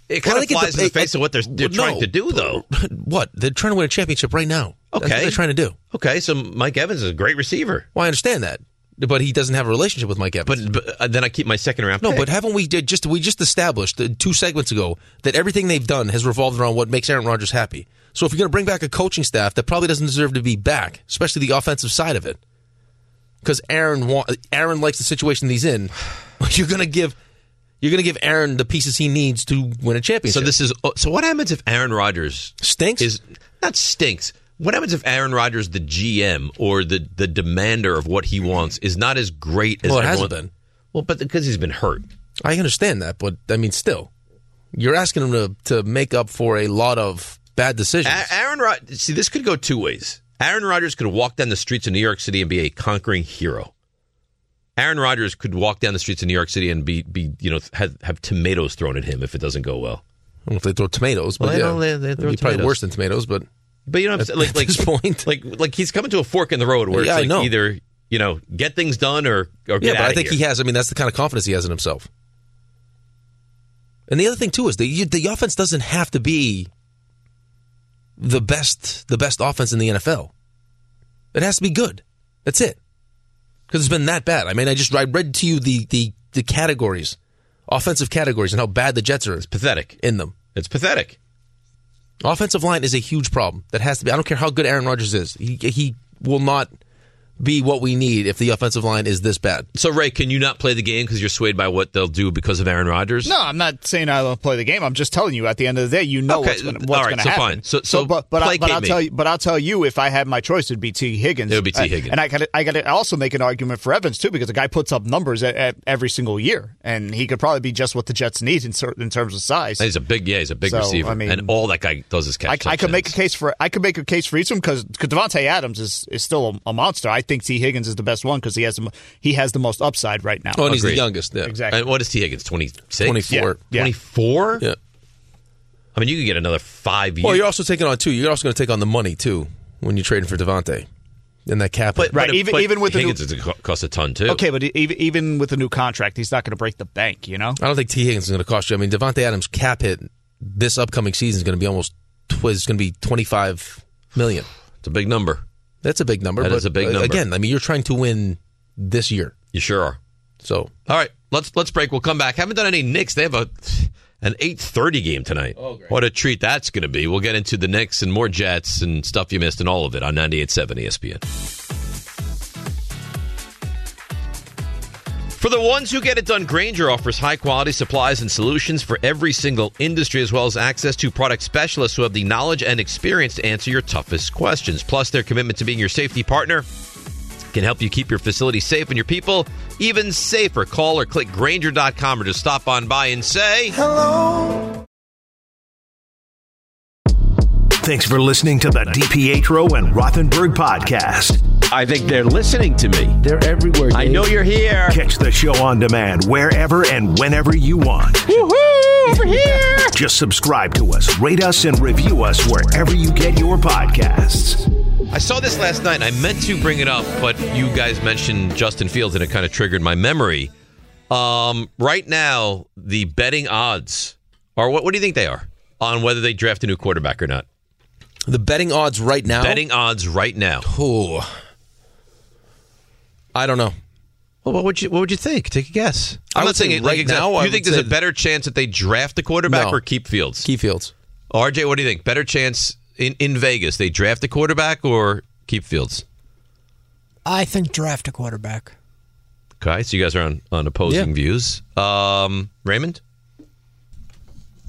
It
Well,
kind
I
of
think it
flies in the
dep-
face of what they're, they're
Well,
trying
no.
to do, though. [laughs]
What they're trying to win a championship right now. That's what
Okay.
they're trying to do.
Okay, so Mike Evans is a great receiver.
Well, I understand that, but he doesn't have a relationship with Mike Evans.
But, but uh, then I keep my second round.
No,
pick.
but haven't we did just we just established uh, two segments ago that everything they've done has revolved around what makes Aaron Rodgers happy. So if you're going to bring back a coaching staff that probably doesn't deserve to be back, especially the offensive side of it, because Aaron wa- Aaron likes the situation that he's in, [sighs] you're going to give you're going to give Aaron the pieces he needs to win a championship.
So this is oh, so. What happens if Aaron Rodgers
stinks?
Is not stinks. What happens if Aaron Rodgers, the GM or the the demander of what he wants, is not as great as
well, it hasn't
everyone?
been.
Well, but because he's been hurt.
I understand that, but I mean, still, you're asking him to to make up for a lot of bad decisions.
A- Aaron Rod- see this could go two ways. Aaron Rodgers could walk down the streets of New York City and be a conquering hero. Aaron Rodgers could walk down the streets of New York City and be be you know have, have tomatoes thrown at him if it doesn't go well.
I don't know if they throw tomatoes, but
Well, they
yeah,
don't- they- they
It'd
throw
be probably
tomatoes.
worse than tomatoes. But
But you know, what I'm saying?
[laughs]
like like point, like like he's coming to a fork in the road where
Yeah, I
it's
know.
like either you know get things done or or
yeah,
get
but
out
I
of
think
here.
he has. I mean, that's the kind of confidence he has in himself. And the other thing too is the you, the offense doesn't have to be the best the best offense in the NFL. It has to be good. That's it. Because it's been that bad. I mean, I just I read to you the the the categories, offensive categories, and how bad the Jets are. It's
pathetic
in them.
It's pathetic.
Offensive line is a huge problem that has to be. I don't care how good Aaron Rodgers is. He he will not be what we need if the offensive line is this bad.
So Ray, can you not play the game because you're swayed by what they'll do because of Aaron Rodgers?
No, I'm not saying I don't play the game. I'm just telling you. At the end of the day, you know
Okay,
what's going
all right,
to
so
happen.
fine. So- so
but but, I, but
placate
I'll
me.
tell you. But I'll tell you. If I had my choice, it'd be T. Higgins.
It would be T.
Uh,
Higgins.
And I got I got to also make an argument for Evans too, because the guy puts up numbers at, at every single year, and he could probably be just what the Jets need in, cer- in terms of size.
He's a big yeah, he's a big
So,
receiver,
I mean-
and all that guy does is catch.
I, I could make a case for I could make a case for each of them because Devontae Adams is, is still a, a monster. I think T Higgins is the best one because he has the, mo- he has the most upside right now.
Oh, and he's the youngest. Yeah.
Exactly.
And Uh, what is T Higgins? 26?
24. Yeah.
24? Yeah. I mean, you could get another five years.
Well, you're also taking on two. You're also going to take on the money too when you're trading for Devontae and that cap.
But- Right, but- even- but even with the new-
Higgins is going to cost a ton too.
Okay, but e- even even with the new contract, he's not going to break the bank. You know.
I don't think T Higgins is going to cost you. I mean, Devontae Adams cap hit this upcoming season is going to be almost tw- is going to be 25 million.
It's a big number.
That's a big number.
That
but
is a big
uh,
number.
Again, I mean, you're trying to win this year.
You sure are.
So
All right, let's let's break. We'll come back. Haven't done any Knicks. They have a an eight thirty game tonight. Oh, great. What a treat that's going to be. We'll get into the Knicks and more Jets and stuff you missed and all of it on 98.7 ESPN. For the ones who get it done, Granger offers high quality supplies and solutions for every single industry, as well as access to product specialists who have the knowledge and experience to answer your toughest questions. Plus, their commitment to being your safety partner can help you keep your facility safe and your people even safer. Call or click Granger.com or just stop on by and say hello.
Thanks for listening to the DPetro and Rothenberg podcast.
I think they're listening to me. They're everywhere. I know you're here.
Catch the show on demand wherever and whenever you want.
Woohoo! Over here.
Just subscribe to us, rate us, and review us wherever you get your podcasts.
I saw this last night. and I meant to bring it up, but you guys mentioned Justin Fields, and it kind of triggered my memory. Um, right now, the betting odds are what? What do you think they are on whether they draft a new quarterback or not?
The betting odds right now.
Betting odds right now.
Oh, I don't know.
Well, what would you What would you think? Take a guess.
I
I'm
would
not
say
saying it like
right
exact-
now, I
You
would
think there's
say
a better chance that they draft the quarterback
No.
or keep Fields?
Keep Fields.
RJ, what do you think? Better chance in in Vegas they draft the quarterback or keep Fields?
I think draft a quarterback.
Okay, so you guys are on on opposing
Yeah.
views. Um, Raymond.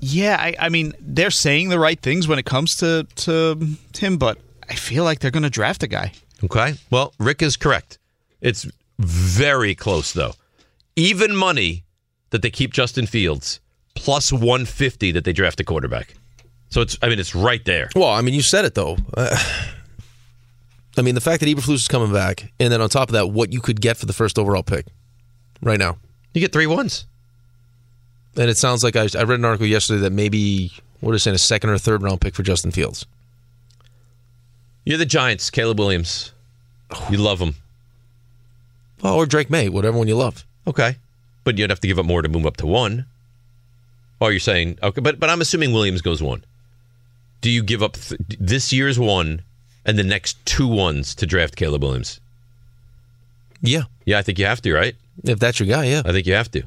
Yeah, I, I mean, they're saying the right things when it comes to to Tim, but I feel like they're going to draft a guy.
Okay. Well, Rick is correct. It's very close though. Even money that they keep Justin Fields plus 150 that they draft a quarterback. So it's I mean it's right there.
Well, I mean, you said it though. [sighs] Uh, I mean, the fact that Eberflus is coming back, and then on top of that, what you could get for the first overall pick right now.
You get three ones.
And it sounds like I, I read an article yesterday that maybe what are they saying a second or third round pick for Justin Fields.
You're the Giants, Caleb Williams. You love him.
Well, or Drake May, whatever one you love.
Okay. But you'd have to give up more to move up to one. Or you're saying, okay, but, but I'm assuming Williams goes one. Do you give up th- this year's one and the next two ones to draft Caleb Williams?
Yeah.
Yeah, I think you have to, right?
If that's your guy, yeah.
I think you have to.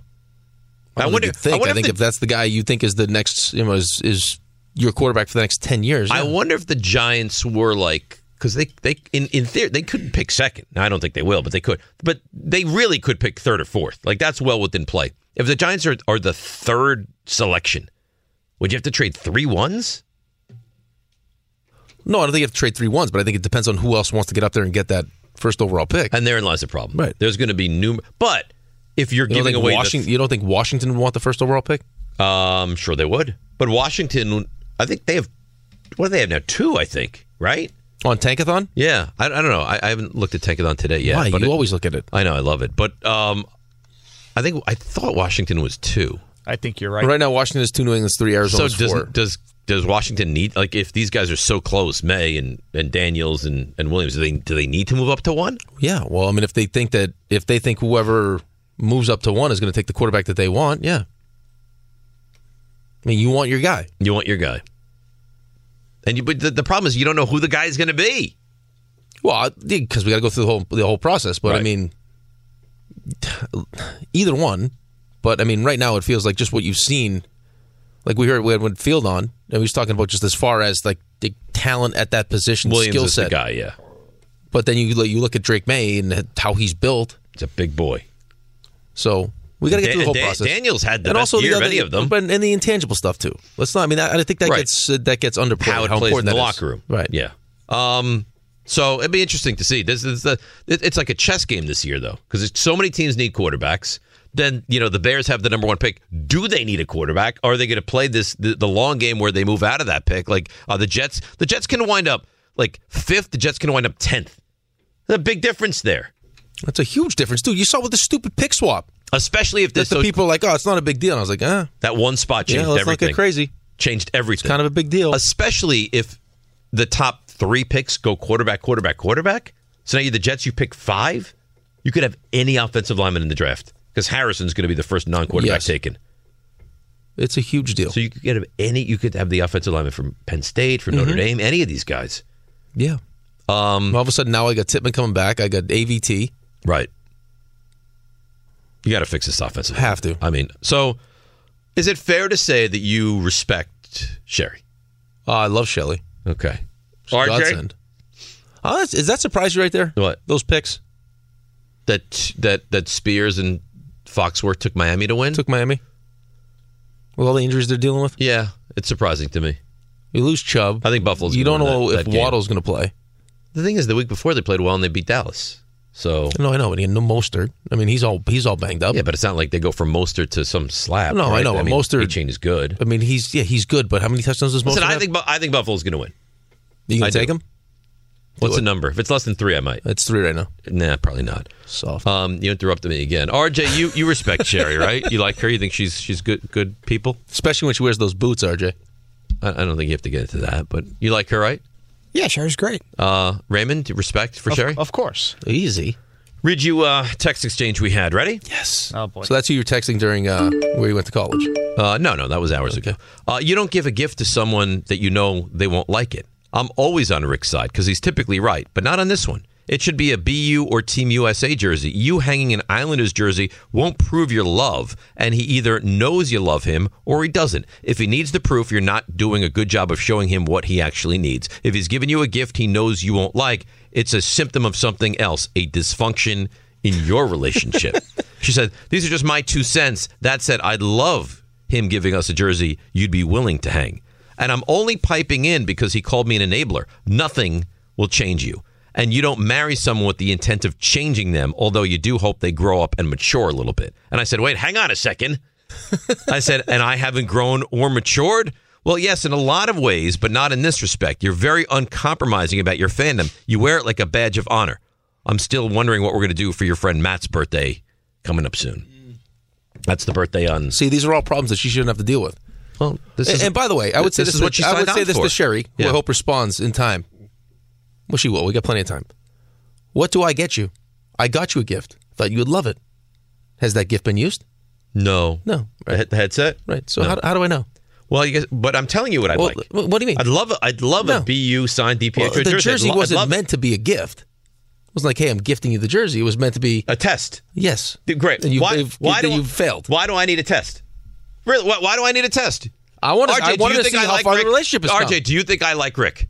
I, wouldn't think. I, think if that's the guy you think is the next, you know, is, is your quarterback for the next ten years.
I wonder if the Giants were like because they they in in theory they couldn't pick second. Now, I don't think they will, but they could. But they really could pick third or fourth. Like that's well within play. If the Giants are are the third selection, would you have to trade three ones?
No, I don't think you have to trade three ones, but I think it depends on who else wants to get up there and get that first overall pick.
And therein lies the problem. Right. There's going to be new. But if you're
You don't
giving
think
away, the-
Washington, you don't think Washington would want the first overall pick?
Um, sure they would. But Washington, I think they have. What do they have now? Two, I think. Right
on Tankathon.
Yeah, I, I don't know. I, I haven't looked at Tankathon today yet.
Why?
but
You
it-
always look at it.
I know. I love it. But um, I think I thought Washington was two.
I think you're
Right now, Washington is two, New England's three,
So
Arizona's
does
four.
does does Washington need like if these guys are so close, May and, and Daniels and, and Williams, do they do they need to move up to one?
Yeah. Well, I mean, if they think that if they think whoever moves up to one is going to take the quarterback that they want, yeah. I mean, you want your guy.
You want your guy. And you, but the, the problem is you don't know who the guy is going to be.
Well, because we got to go through the whole the whole process. But I
Right.
mean, [sighs] either one. But I mean, right now it feels like just what you've seen. Like we heard, we had when Field on, and we was talking about just as far as like the talent at that position,
Williams
skill
is the
set
guy, yeah.
But then you look- you look at Drake May and how he's built.
It's a big boy.
So we got to get
Dan-
through the whole
Dan-
process.
Daniels had the
and
best
also
year
the
of
other,
any of them.
but and the intangible stuff too. Let's not. I mean, I, I think that
Right.
gets uh, that gets underplayed.
how it plays in
important
the
that is.
locker room.
right?
Yeah. Um. So it'd be interesting to see. This is the. it- It's like a chess game this year, though, because so many teams need quarterbacks. Then you know the Bears have the number one pick. Do they need a quarterback? Are they going to play this the, the long game where they move out of that pick? Like uh, the Jets, the Jets can wind up like fifth. The Jets can wind up tenth. There's a big difference there,
That's a huge difference, dude. You saw with the stupid pick swap.
especially if
That
this
the people are like, oh, it's not a big deal. And I was like, ah,
That one spot changed
Yeah, let's not
everything.
get crazy.
Changed everything.
kind of a big deal.
Especially if the top three picks go quarterback, quarterback, quarterback. So now you're the Jets, you pick five. You could have any offensive lineman in the draft because Harrison's going to be the first non quarterback
Yes.
taken.
it's a huge deal.
So you could get any, you could have the offensive lineman from Penn State, from Notre
Mhm.
Dame, any of these guys.
yeah.
Um,
All of a sudden, now I got Tippman coming back. I got AVT.
Right. You got to fix this offensive.
Have to.
I mean, so is it fair to say that you respect Sherry?
Oh, I love Shelley.
Okay.
She's a godsend. Oh, that's, is that surprise you right there?
What?
Those picks.
that that that Spears and Foxworth took Miami to win.
Took Miami. With all the injuries they're dealing with.
Yeah, it's surprising to me.
You lose Chubb.
I think Buffalo's.
You
gonna
don't
win
know
that-
if
that game.
Waddle's going to play.
The thing is, the week before they played well and they beat Dallas. So
No, I know, but he had no Mostert. I mean, he's all he's all banged up.
yeah, but it's not like they go from Mostert to some slap.
No, I
right?
know,
I
but
mean,
Mostert-
he change is good.
I mean, he's yeah, he's good. But how many touchdowns does Mostert
Listen, I
have?
think Bu- I think Buffalo's going to win.
you
I
can
do.
take him. it.
What's the number? If it's less than three, I might.
It's three right now.
Nah, probably not.
Soft.
Um, you interrupted me again. RJ, you, you
[laughs]
respect Sherry, right? You like her. You think she's she's good good people.
Especially when she wears those boots, RJ.
I, I don't think you have to get into that, but you like her, right?
Yeah, Sherry's great.
Uh, Raymond, respect for Sherry.
Of course.
Easy.
Read you uh, text exchange we had. Ready?
Yes.
Oh boy.
So that's who you're texting during uh, where you went to college.
Uh, no, no, that was hours ago. Uh, you don't give a gift to someone that you know they won't like it. I'm always on Rick's side because he's typically right, but not on this one. It should be a BU or Team USA jersey. You hanging an Islanders jersey won't prove your love, and he either knows you love him or he doesn't. If he needs the proof, you're not doing a good job of showing him what he actually needs. If he's giving you a gift he knows you won't like, it's a symptom of something else, a dysfunction in your relationship. she said, These are just my two cents. That said, I'd love him giving us a jersey you'd be willing to hang. And I'm only piping in because he called me an enabler. Nothing will change you. And you don't marry someone with the intent of changing them, although you do hope they grow up and mature a little bit. And I said, Wait, hang on a second. I said, and I haven't grown or matured? Well, yes, in a lot of ways, but not in this respect. You're very uncompromising about your fandom. You wear it like a badge of honor. I'm still wondering what we're going to do for your friend Matt's birthday coming up soon. That's the birthday on.
See, these are all problems that she shouldn't have to deal with.
Well, this
and,
is,
and by the way, I would say
this
this,
is what she
I
signed
would say
on
this
for.
to Sherry, who
Yeah.
I hope responds in time. Well, she will. We got plenty of time. What do I get you? I got you a gift. Thought you would love it. Has that gift been used?
No.
No.
The he- the headset?
Right. So how, how do I know?
Well, you guys, but I'm telling you what I
Well,
like.
wh- what do you mean?
I'd love, a, I'd love
No.
a BU signed DPH
Well, the
jersey.
jersey
I'd lo- I'd
wasn't
love-
meant to be a gift. It wasn't like, hey, I'm gifting you the jersey. It was meant to be
a test.
Yes.
Dude, Great.
And you,
why?
they've-
why
they-
do
you
I-
failed?
Why do I need a test? Really? Why, why do I need a test?
I wanna-
RJ,
I
do
wanted
you
to
think
see
I
how
like
far the
Rick?
relationship has
RJ,
come.
do you think I like Rick?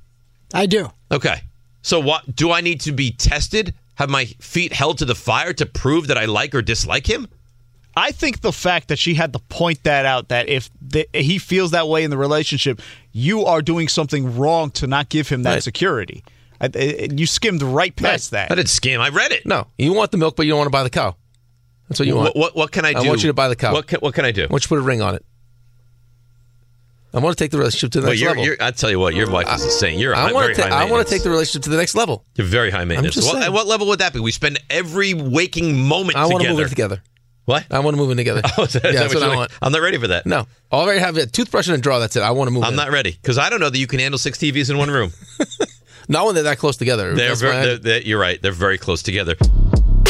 I do.
Okay. So what? Do I need to be tested? Have my feet held to the fire to prove that I like or dislike him?
I think the fact that she had to point that out that if the, he feels that way in the relationship, you are doing something wrong to not give him that security. I, I- you skimmed right past that.
I didn't skim. I read it.
No. You want the milk, but you don't want to buy the cow. That's what you want.
What, what, what can I do?
I want you to buy the cow.
What can, what can I do?
I want you to put a ring on it. I want to take the relationship to the
Well,
next
you're,
level.
You're, I tell you what, your wife is a saint. You're
I
high,
want
very
to.
high
I want
maintenance.
to take the relationship to the next level.
You're very high maintenance.
just
Well,
saying.
at what level would that be? We spend every waking moment
I
together.
want to move in together.
What?
I want to move in together.
Oh, [laughs] is that-
yeah,
is that
that's
what
what,
you
I
like?
want.
I'm not ready for that.
No, I already have a toothbrush and a draw. That's it. I want to move.
I'm
in.
not ready because I don't know that you can handle six TVs in one
[laughs]
room.
Not when they're that close together.
They're
That's
ver-
my-
they're- they're- you're right. They're very close together.